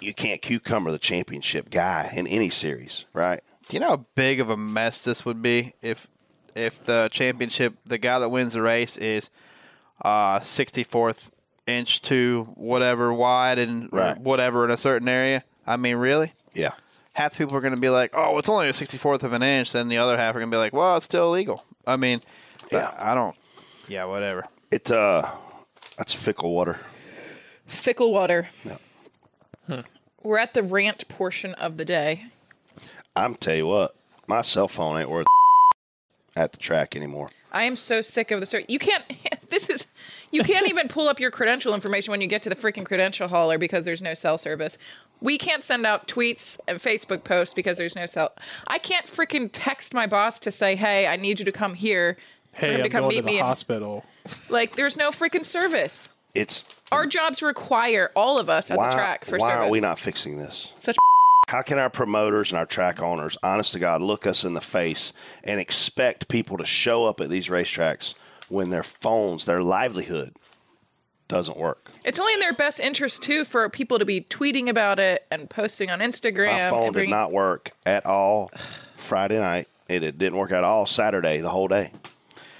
[SPEAKER 6] you can't cucumber the championship guy in any series, right?
[SPEAKER 2] Do you know how big of a mess this would be if if the championship the guy that wins the race is uh sixty fourth inch to whatever wide and
[SPEAKER 6] Right.
[SPEAKER 2] whatever in a certain area? I mean, really?
[SPEAKER 6] Yeah.
[SPEAKER 2] Half the people are gonna be like, Oh, it's only a sixty fourth of an inch, then the other half are gonna be like, Well, it's still illegal. I mean yeah. I don't yeah, whatever.
[SPEAKER 6] It uh that's fickle water.
[SPEAKER 7] fickle water?
[SPEAKER 6] Yeah.
[SPEAKER 7] We're at the rant portion of the day.
[SPEAKER 6] I'm tell you what, my cell phone ain't worth at the track anymore.
[SPEAKER 7] I am so sick of the story. You can't. This is. You can't even pull up your credential information when you get to the freaking credential hauler because there's no cell service. We can't send out tweets and Facebook posts because there's no cell. I can't freaking text my boss to say, "Hey, I need you to come here." for him
[SPEAKER 8] Hey,
[SPEAKER 7] to
[SPEAKER 8] I'm
[SPEAKER 7] come
[SPEAKER 8] going
[SPEAKER 7] meet
[SPEAKER 8] to the
[SPEAKER 7] me and-
[SPEAKER 8] hospital.
[SPEAKER 7] Like, there's no freaking service.
[SPEAKER 6] It's
[SPEAKER 7] Our jobs require all of us at
[SPEAKER 6] why,
[SPEAKER 7] the track for
[SPEAKER 6] why
[SPEAKER 7] service.
[SPEAKER 6] are we not fixing this?
[SPEAKER 7] Such
[SPEAKER 6] How can our promoters and our track owners, honest to God, look us in the face and expect people to show up at these racetracks when their phones, their livelihood, doesn't work?
[SPEAKER 7] It's only in their best interest too for people to be tweeting about it and posting on Instagram.
[SPEAKER 6] My
[SPEAKER 7] and
[SPEAKER 6] phone did
[SPEAKER 7] bringing-
[SPEAKER 6] not work at all Friday night. It, it didn't work at all Saturday, the whole day.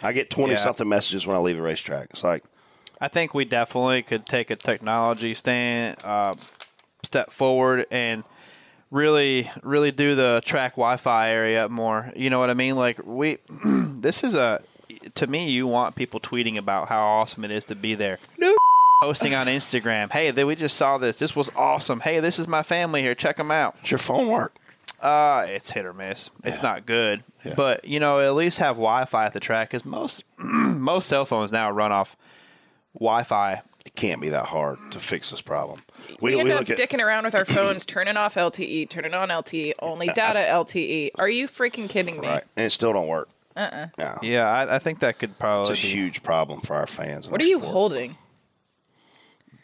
[SPEAKER 6] I get 20
[SPEAKER 2] Yeah.
[SPEAKER 6] something messages when I leave a racetrack. It's like,
[SPEAKER 2] I think we definitely could take a technology stand uh, step forward and really, really do the track Wi-Fi area up more. You know what I mean? Like we, this is a to me, you want people tweeting about how awesome it is to be there. No. Posting on Instagram, hey, that we just saw this. This was awesome. Hey, this is my family here. Check them out.
[SPEAKER 6] Does your phone work?
[SPEAKER 2] Uh, it's hit or miss. It's not good.
[SPEAKER 6] Yeah.
[SPEAKER 2] But you know, at least have Wi-Fi at the track. Because most most cell phones now run off Wi-Fi.
[SPEAKER 6] It can't be that hard to fix this problem.
[SPEAKER 7] We, end up dicking around with our phones, turning off LTE, turning on LTE, only data LTE. Are you freaking kidding me?
[SPEAKER 6] right, and it still don't work.
[SPEAKER 7] Uh-uh.
[SPEAKER 6] No,
[SPEAKER 2] Yeah, I, I think that could probably.
[SPEAKER 6] it's a
[SPEAKER 2] be-
[SPEAKER 6] huge problem for our fans. and
[SPEAKER 7] What are
[SPEAKER 6] our
[SPEAKER 7] you
[SPEAKER 6] sport.
[SPEAKER 7] holding?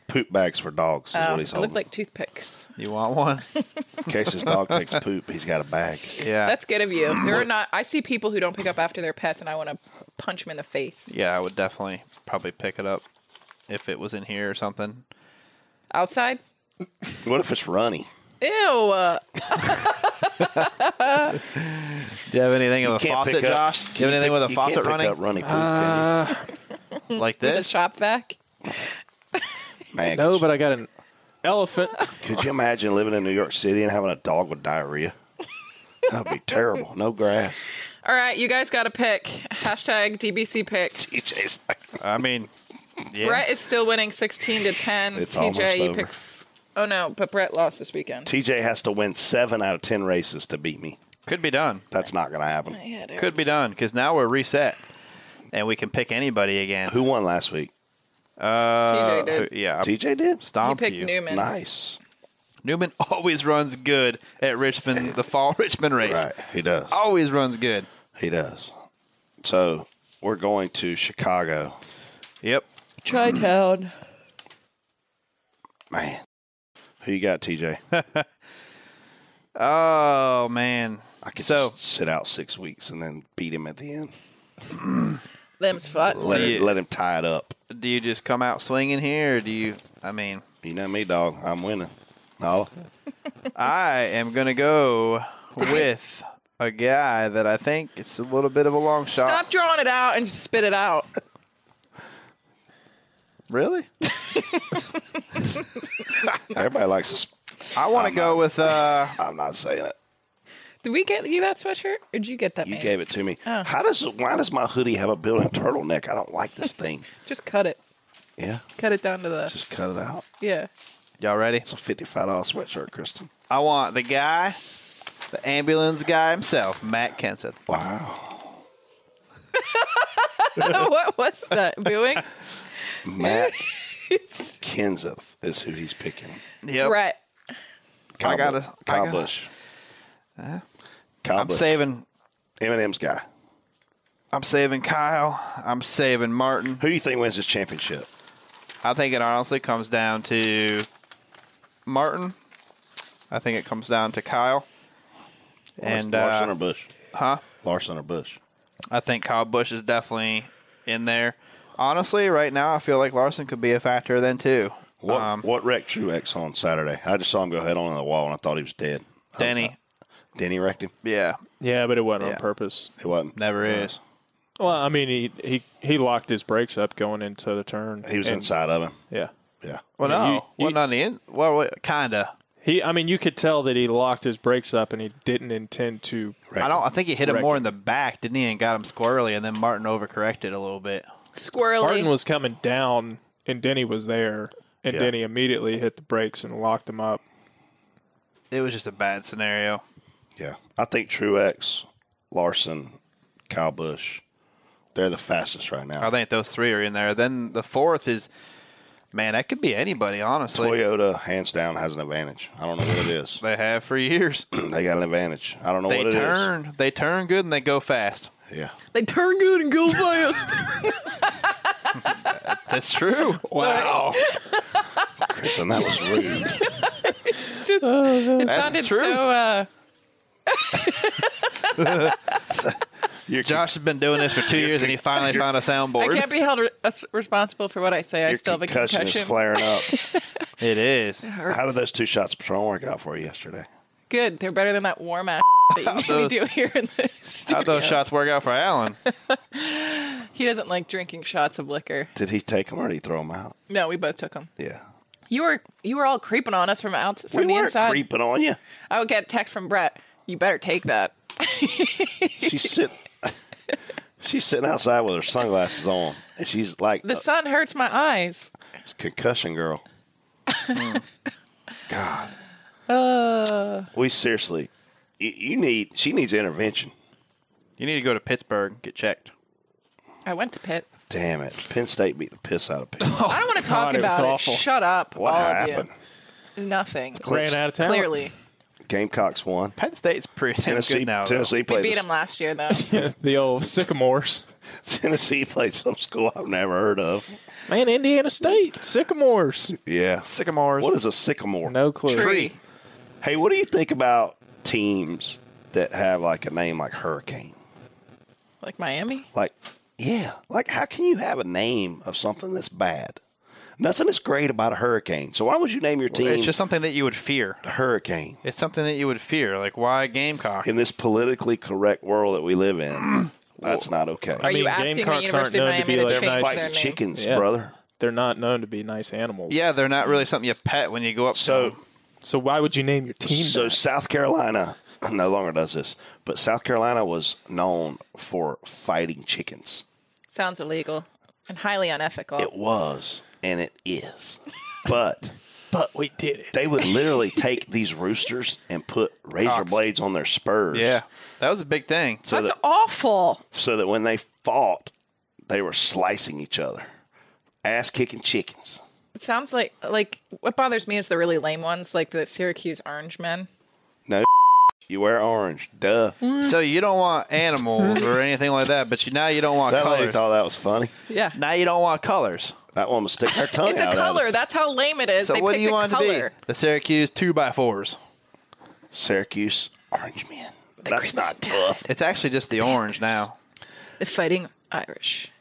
[SPEAKER 6] Poop bags for dogs is
[SPEAKER 7] Oh,
[SPEAKER 6] what
[SPEAKER 7] it
[SPEAKER 6] he's holding.
[SPEAKER 7] looked like toothpicks.
[SPEAKER 2] You want one?
[SPEAKER 6] In case his dog takes poop, he's got a bag.
[SPEAKER 2] Yeah,
[SPEAKER 7] That's good of you. There are not. I see people who don't pick up after their pets, and I want to punch them in the face.
[SPEAKER 2] yeah. I would definitely probably pick it up if it was in here or something.
[SPEAKER 7] Outside.
[SPEAKER 6] What if it's runny?
[SPEAKER 7] Ew. uh,
[SPEAKER 2] Do you have anything
[SPEAKER 6] You
[SPEAKER 2] with a
[SPEAKER 6] can't
[SPEAKER 2] faucet,
[SPEAKER 6] pick up-
[SPEAKER 2] Josh? Do you have
[SPEAKER 6] you
[SPEAKER 2] anything
[SPEAKER 6] pick-
[SPEAKER 2] with a
[SPEAKER 6] you can't
[SPEAKER 2] faucet
[SPEAKER 6] pick
[SPEAKER 2] running?
[SPEAKER 6] up runny poop,
[SPEAKER 11] Uh,
[SPEAKER 2] like
[SPEAKER 7] It's a
[SPEAKER 2] this?
[SPEAKER 7] shop vac.
[SPEAKER 6] Man,
[SPEAKER 11] no, but I got an elephant.
[SPEAKER 6] could you imagine living in New York City and having a dog with diarrhea? That'd be terrible. No grass.
[SPEAKER 7] All right, you guys got a pick. Hashtag DBC picks.
[SPEAKER 6] TJ's
[SPEAKER 2] I mean, yeah.
[SPEAKER 7] Brett is still winning 16 to 10.
[SPEAKER 6] It's almost
[SPEAKER 7] TJ, you
[SPEAKER 6] over.
[SPEAKER 7] pick. Oh no, but Brett lost this weekend.
[SPEAKER 6] TJ has to win seven out of ten races to beat me.
[SPEAKER 2] Could be done.
[SPEAKER 6] That's not going to happen.
[SPEAKER 7] Yeah, it
[SPEAKER 2] Could be done because now we're reset, and we can pick anybody again. Who
[SPEAKER 6] won last week?
[SPEAKER 2] Uh,
[SPEAKER 7] TJ did.
[SPEAKER 2] who- yeah,
[SPEAKER 6] TJ did.
[SPEAKER 2] Stomp
[SPEAKER 7] You picked Newman.
[SPEAKER 6] Nice.
[SPEAKER 2] Newman always runs good at Richmond, the fall Richmond race.
[SPEAKER 6] Right. He does.
[SPEAKER 2] Always runs good.
[SPEAKER 6] He does. So we're going to Chicago.
[SPEAKER 2] Yep.
[SPEAKER 7] Tri Town.
[SPEAKER 6] Man. Who you got, TJ?
[SPEAKER 2] oh man.
[SPEAKER 6] I could
[SPEAKER 2] So-
[SPEAKER 6] just sit out six weeks and then beat him at the end.
[SPEAKER 7] Them's fun.
[SPEAKER 6] Let, him, let him tie it up.
[SPEAKER 2] Do you just come out swinging here, or do you? I mean,
[SPEAKER 6] you know me, dog. I'm winning. No.
[SPEAKER 2] I am gonna go with a guy that I think it's a little bit of a long shot.
[SPEAKER 7] Stop drawing it out and just spit it out.
[SPEAKER 2] Really?
[SPEAKER 6] Everybody likes this.
[SPEAKER 2] I want to go with. uh
[SPEAKER 6] I'm not saying it.
[SPEAKER 7] Did we get you that sweatshirt, or did you get that?
[SPEAKER 6] You
[SPEAKER 7] man?
[SPEAKER 6] gave it to me.
[SPEAKER 7] Oh.
[SPEAKER 6] How does why does my hoodie have a built-in turtleneck? I don't like this thing.
[SPEAKER 7] Just cut it.
[SPEAKER 6] Yeah,
[SPEAKER 7] Cut it down to the.
[SPEAKER 6] just cut it out.
[SPEAKER 7] Yeah.
[SPEAKER 2] Y'all ready?
[SPEAKER 6] It's a fifty-five dollar sweatshirt, Kristen.
[SPEAKER 2] I want the guy, the ambulance guy himself, Matt Kenseth.
[SPEAKER 6] Wow.
[SPEAKER 7] what was that doing?
[SPEAKER 6] Matt Kenseth is who he's picking.
[SPEAKER 2] Yep.
[SPEAKER 7] Brett.
[SPEAKER 6] Kyle,
[SPEAKER 2] I gotta-
[SPEAKER 6] Busch.
[SPEAKER 2] I
[SPEAKER 6] Kyle
[SPEAKER 2] gotta-
[SPEAKER 6] Busch.
[SPEAKER 2] Uh,
[SPEAKER 6] Kyle
[SPEAKER 2] I'm
[SPEAKER 6] Busch.
[SPEAKER 2] saving.
[SPEAKER 6] Eminem's guy.
[SPEAKER 2] I'm saving Kyle. I'm saving Martin.
[SPEAKER 6] Who do you think wins this championship?
[SPEAKER 2] I think it honestly comes down to Martin. I think it comes down to Kyle. And
[SPEAKER 6] Larson
[SPEAKER 2] uh,
[SPEAKER 6] or Bush?
[SPEAKER 2] huh?
[SPEAKER 6] Larson or Bush?
[SPEAKER 2] I think Kyle Bush is definitely in there. Honestly, right now I feel like Larson could be a factor then too.
[SPEAKER 6] What
[SPEAKER 2] Um,
[SPEAKER 6] what wrecked Truex on Saturday? I just saw him go head on in the wall, and I thought he was dead.
[SPEAKER 2] Denny.
[SPEAKER 6] Denny wrecked him.
[SPEAKER 2] Yeah.
[SPEAKER 11] Yeah, but it wasn't
[SPEAKER 2] Yeah.
[SPEAKER 11] on purpose.
[SPEAKER 6] It wasn't.
[SPEAKER 2] Never is.
[SPEAKER 11] Well, I mean, he, he he locked his brakes up going into the turn.
[SPEAKER 6] He was
[SPEAKER 11] And-
[SPEAKER 6] inside of him.
[SPEAKER 11] Yeah,
[SPEAKER 6] Yeah.
[SPEAKER 2] Well,
[SPEAKER 11] I mean,
[SPEAKER 2] no,
[SPEAKER 11] you- you-
[SPEAKER 2] wasn't on the in. Well, wait, kinda.
[SPEAKER 11] he. I mean, you could tell that he locked his brakes up and he didn't intend to.
[SPEAKER 2] I don't. I think he hit him
[SPEAKER 11] Wrecked
[SPEAKER 2] more in the back, didn't he? And got him squirrely, and then Martin overcorrected a little bit.
[SPEAKER 7] Squirrely.
[SPEAKER 11] Martin was coming down, and Denny was there, and
[SPEAKER 6] Yeah.
[SPEAKER 11] Denny immediately hit the brakes and locked him up.
[SPEAKER 2] It was just a bad scenario.
[SPEAKER 6] Yeah. I think Truex, Larson, Kyle Bush, they're the fastest right now.
[SPEAKER 2] I think those three are in there. Then the fourth is, man, that could be anybody. Honestly,
[SPEAKER 6] Toyota, hands down, has an advantage. I don't know what it is.
[SPEAKER 2] they have for years.
[SPEAKER 6] they got an advantage. I don't know
[SPEAKER 2] they
[SPEAKER 6] what it is.
[SPEAKER 2] turn. They turn good and they go fast.
[SPEAKER 6] Yeah.
[SPEAKER 7] They turn good and go fast.
[SPEAKER 2] That's true.
[SPEAKER 6] Wow. Kristen, that was rude.
[SPEAKER 7] Just- it sounded
[SPEAKER 2] true.
[SPEAKER 7] so. Uh,
[SPEAKER 6] You're,
[SPEAKER 2] Josh has been doing this for two years, and he finally found a
[SPEAKER 7] I
[SPEAKER 2] soundboard.
[SPEAKER 7] can't be held re- as- responsible for what I say. I
[SPEAKER 6] your
[SPEAKER 7] still have a
[SPEAKER 6] concussion,
[SPEAKER 7] concussion.
[SPEAKER 6] is flaring up.
[SPEAKER 2] It is.
[SPEAKER 6] How did those two shots of Patron work out for you yesterday?
[SPEAKER 7] Good. They're better than that warm ass that you made me
[SPEAKER 2] Those-
[SPEAKER 7] do here in the studio.
[SPEAKER 2] How'd those shots work out for Allen?
[SPEAKER 7] He doesn't like drinking shots of liquor.
[SPEAKER 6] Did he take them or did he throw them out?
[SPEAKER 7] No, we both took them.
[SPEAKER 6] Yeah.
[SPEAKER 7] You were you were all creeping on us from out from
[SPEAKER 6] we
[SPEAKER 7] the
[SPEAKER 6] weren't
[SPEAKER 7] inside.
[SPEAKER 6] creeping on you.
[SPEAKER 7] I would get a text from Brett. You better take that.
[SPEAKER 6] She's sitting. She's sitting outside with her sunglasses on, and she's like
[SPEAKER 7] The sun hurts my eyes.
[SPEAKER 6] a concussion girl. God,
[SPEAKER 7] Uh,
[SPEAKER 6] we seriously, you, you need. She needs intervention.
[SPEAKER 2] You need to go to Pittsburgh and get checked.
[SPEAKER 7] I went to Pitt.
[SPEAKER 6] Damn it, Penn State beat the piss out of Penn.
[SPEAKER 7] I don't want to talk
[SPEAKER 11] God, it was
[SPEAKER 7] about it.
[SPEAKER 11] awful.
[SPEAKER 7] Shut up.
[SPEAKER 6] What
[SPEAKER 7] all
[SPEAKER 6] happened?
[SPEAKER 7] Of you. Nothing.
[SPEAKER 11] Ran out of town.
[SPEAKER 7] Clearly.
[SPEAKER 6] Gamecocks won.
[SPEAKER 2] Penn State's pretty damn
[SPEAKER 6] Tennessee,
[SPEAKER 2] good now. though.
[SPEAKER 6] Tennessee
[SPEAKER 7] We
[SPEAKER 6] played.
[SPEAKER 7] beat
[SPEAKER 6] this-
[SPEAKER 7] him last year, though.
[SPEAKER 11] the old Sycamores.
[SPEAKER 6] Tennessee played some school I've never heard of.
[SPEAKER 11] Man, Indiana State Sycamores.
[SPEAKER 6] Yeah,
[SPEAKER 2] Sycamores.
[SPEAKER 6] What is a sycamore?
[SPEAKER 11] No clue.
[SPEAKER 7] Tree.
[SPEAKER 6] Hey, what do you think about teams that have like a name like Hurricane?
[SPEAKER 7] Like Miami?
[SPEAKER 6] Like, yeah, like how can you have a name of something that's bad? Nothing is great about a hurricane. So why would you name your team
[SPEAKER 2] It's just something that you would fear.
[SPEAKER 6] Hurricane?
[SPEAKER 2] It's something that you would fear. Like why Gamecock?
[SPEAKER 6] In this politically correct world that we live in, that's not okay.
[SPEAKER 7] Are
[SPEAKER 11] mean,
[SPEAKER 7] you asking the
[SPEAKER 11] Gamecocks
[SPEAKER 7] University of
[SPEAKER 11] aren't
[SPEAKER 7] Miami
[SPEAKER 11] known to be
[SPEAKER 7] to,
[SPEAKER 11] like
[SPEAKER 7] change
[SPEAKER 11] that
[SPEAKER 7] their
[SPEAKER 11] nice
[SPEAKER 7] name?
[SPEAKER 6] Fights chickens,
[SPEAKER 11] Yeah.
[SPEAKER 6] brother.
[SPEAKER 11] They're not known to be nice animals.
[SPEAKER 2] Yeah, they're not really something you pet when you go up. to
[SPEAKER 6] So,
[SPEAKER 2] them.
[SPEAKER 11] So why would you name your team?
[SPEAKER 6] so
[SPEAKER 11] that?
[SPEAKER 6] South Carolina no longer does this, but South Carolina was known for fighting chickens.
[SPEAKER 7] Sounds illegal and highly unethical.
[SPEAKER 6] It was, and it is. But
[SPEAKER 11] but we did it.
[SPEAKER 6] they would literally take these roosters and put razor
[SPEAKER 2] Cocks.
[SPEAKER 6] blades on their spurs.
[SPEAKER 2] Yeah. That was a big thing.
[SPEAKER 6] So that,
[SPEAKER 7] awful.
[SPEAKER 6] so that when they fought, they were slicing each other, ass kicking chickens.
[SPEAKER 7] It sounds like like what bothers me is the really lame ones, like the Syracuse Orange Men.
[SPEAKER 6] No, you wear orange. Duh.
[SPEAKER 7] Hmm.
[SPEAKER 2] So you don't want animals or anything like that, but you, now you don't want
[SPEAKER 6] That
[SPEAKER 2] colors.
[SPEAKER 6] lady thought that was funny.
[SPEAKER 7] Yeah.
[SPEAKER 2] Now you don't want colors.
[SPEAKER 6] That woman stick her tongue
[SPEAKER 7] It's a color. That's how lame it is.
[SPEAKER 2] So
[SPEAKER 7] they
[SPEAKER 2] what do
[SPEAKER 7] picked
[SPEAKER 2] you
[SPEAKER 7] a
[SPEAKER 2] want
[SPEAKER 7] color.
[SPEAKER 2] to be? The Syracuse two by fours.
[SPEAKER 6] Syracuse orange man. That's not tough.
[SPEAKER 2] It's actually just the orange now.
[SPEAKER 7] The Fighting Irish.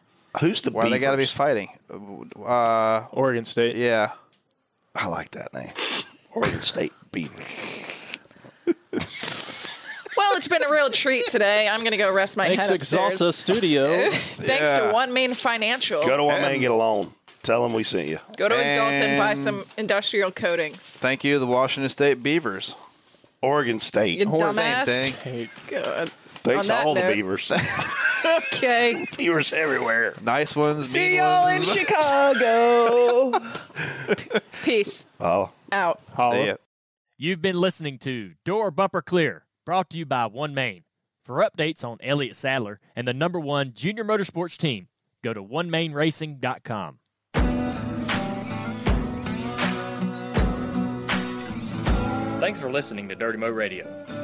[SPEAKER 6] Who's the
[SPEAKER 2] Why they got to be fighting? Uh,
[SPEAKER 11] Oregon State.
[SPEAKER 2] Yeah,
[SPEAKER 6] I like that name. Oregon State Beavers.
[SPEAKER 7] Well, it's been a real treat today. I'm going to go rest my
[SPEAKER 11] Thanks,
[SPEAKER 7] head upstairs.
[SPEAKER 11] Exalta Studio.
[SPEAKER 7] Thanks to One Main Financial.
[SPEAKER 6] Go to one man and get a loan. Tell them we sent you.
[SPEAKER 7] Go to Exalta and buy
[SPEAKER 2] And-
[SPEAKER 7] some industrial coatings.
[SPEAKER 2] Thank you, the Washington State Beavers.
[SPEAKER 6] Oregon State.
[SPEAKER 7] You dumbass.
[SPEAKER 2] Same thing.
[SPEAKER 7] Good.
[SPEAKER 6] Thanks
[SPEAKER 7] On
[SPEAKER 6] to
[SPEAKER 7] that
[SPEAKER 6] all the
[SPEAKER 7] note-
[SPEAKER 6] Beavers.
[SPEAKER 7] Okay.
[SPEAKER 6] beavers everywhere.
[SPEAKER 2] Nice ones.
[SPEAKER 7] See
[SPEAKER 2] mean
[SPEAKER 7] y'all in
[SPEAKER 2] ones.
[SPEAKER 7] Chicago. Peace
[SPEAKER 6] Oh.
[SPEAKER 7] out.
[SPEAKER 2] See ya.
[SPEAKER 3] You've been listening to Door Bumper Clear, brought to you by One Main. For updates on Elliott Sadler and the number one junior motorsports team, go to onemainracing.com.
[SPEAKER 4] Thanks for listening to Dirty Mo Radio.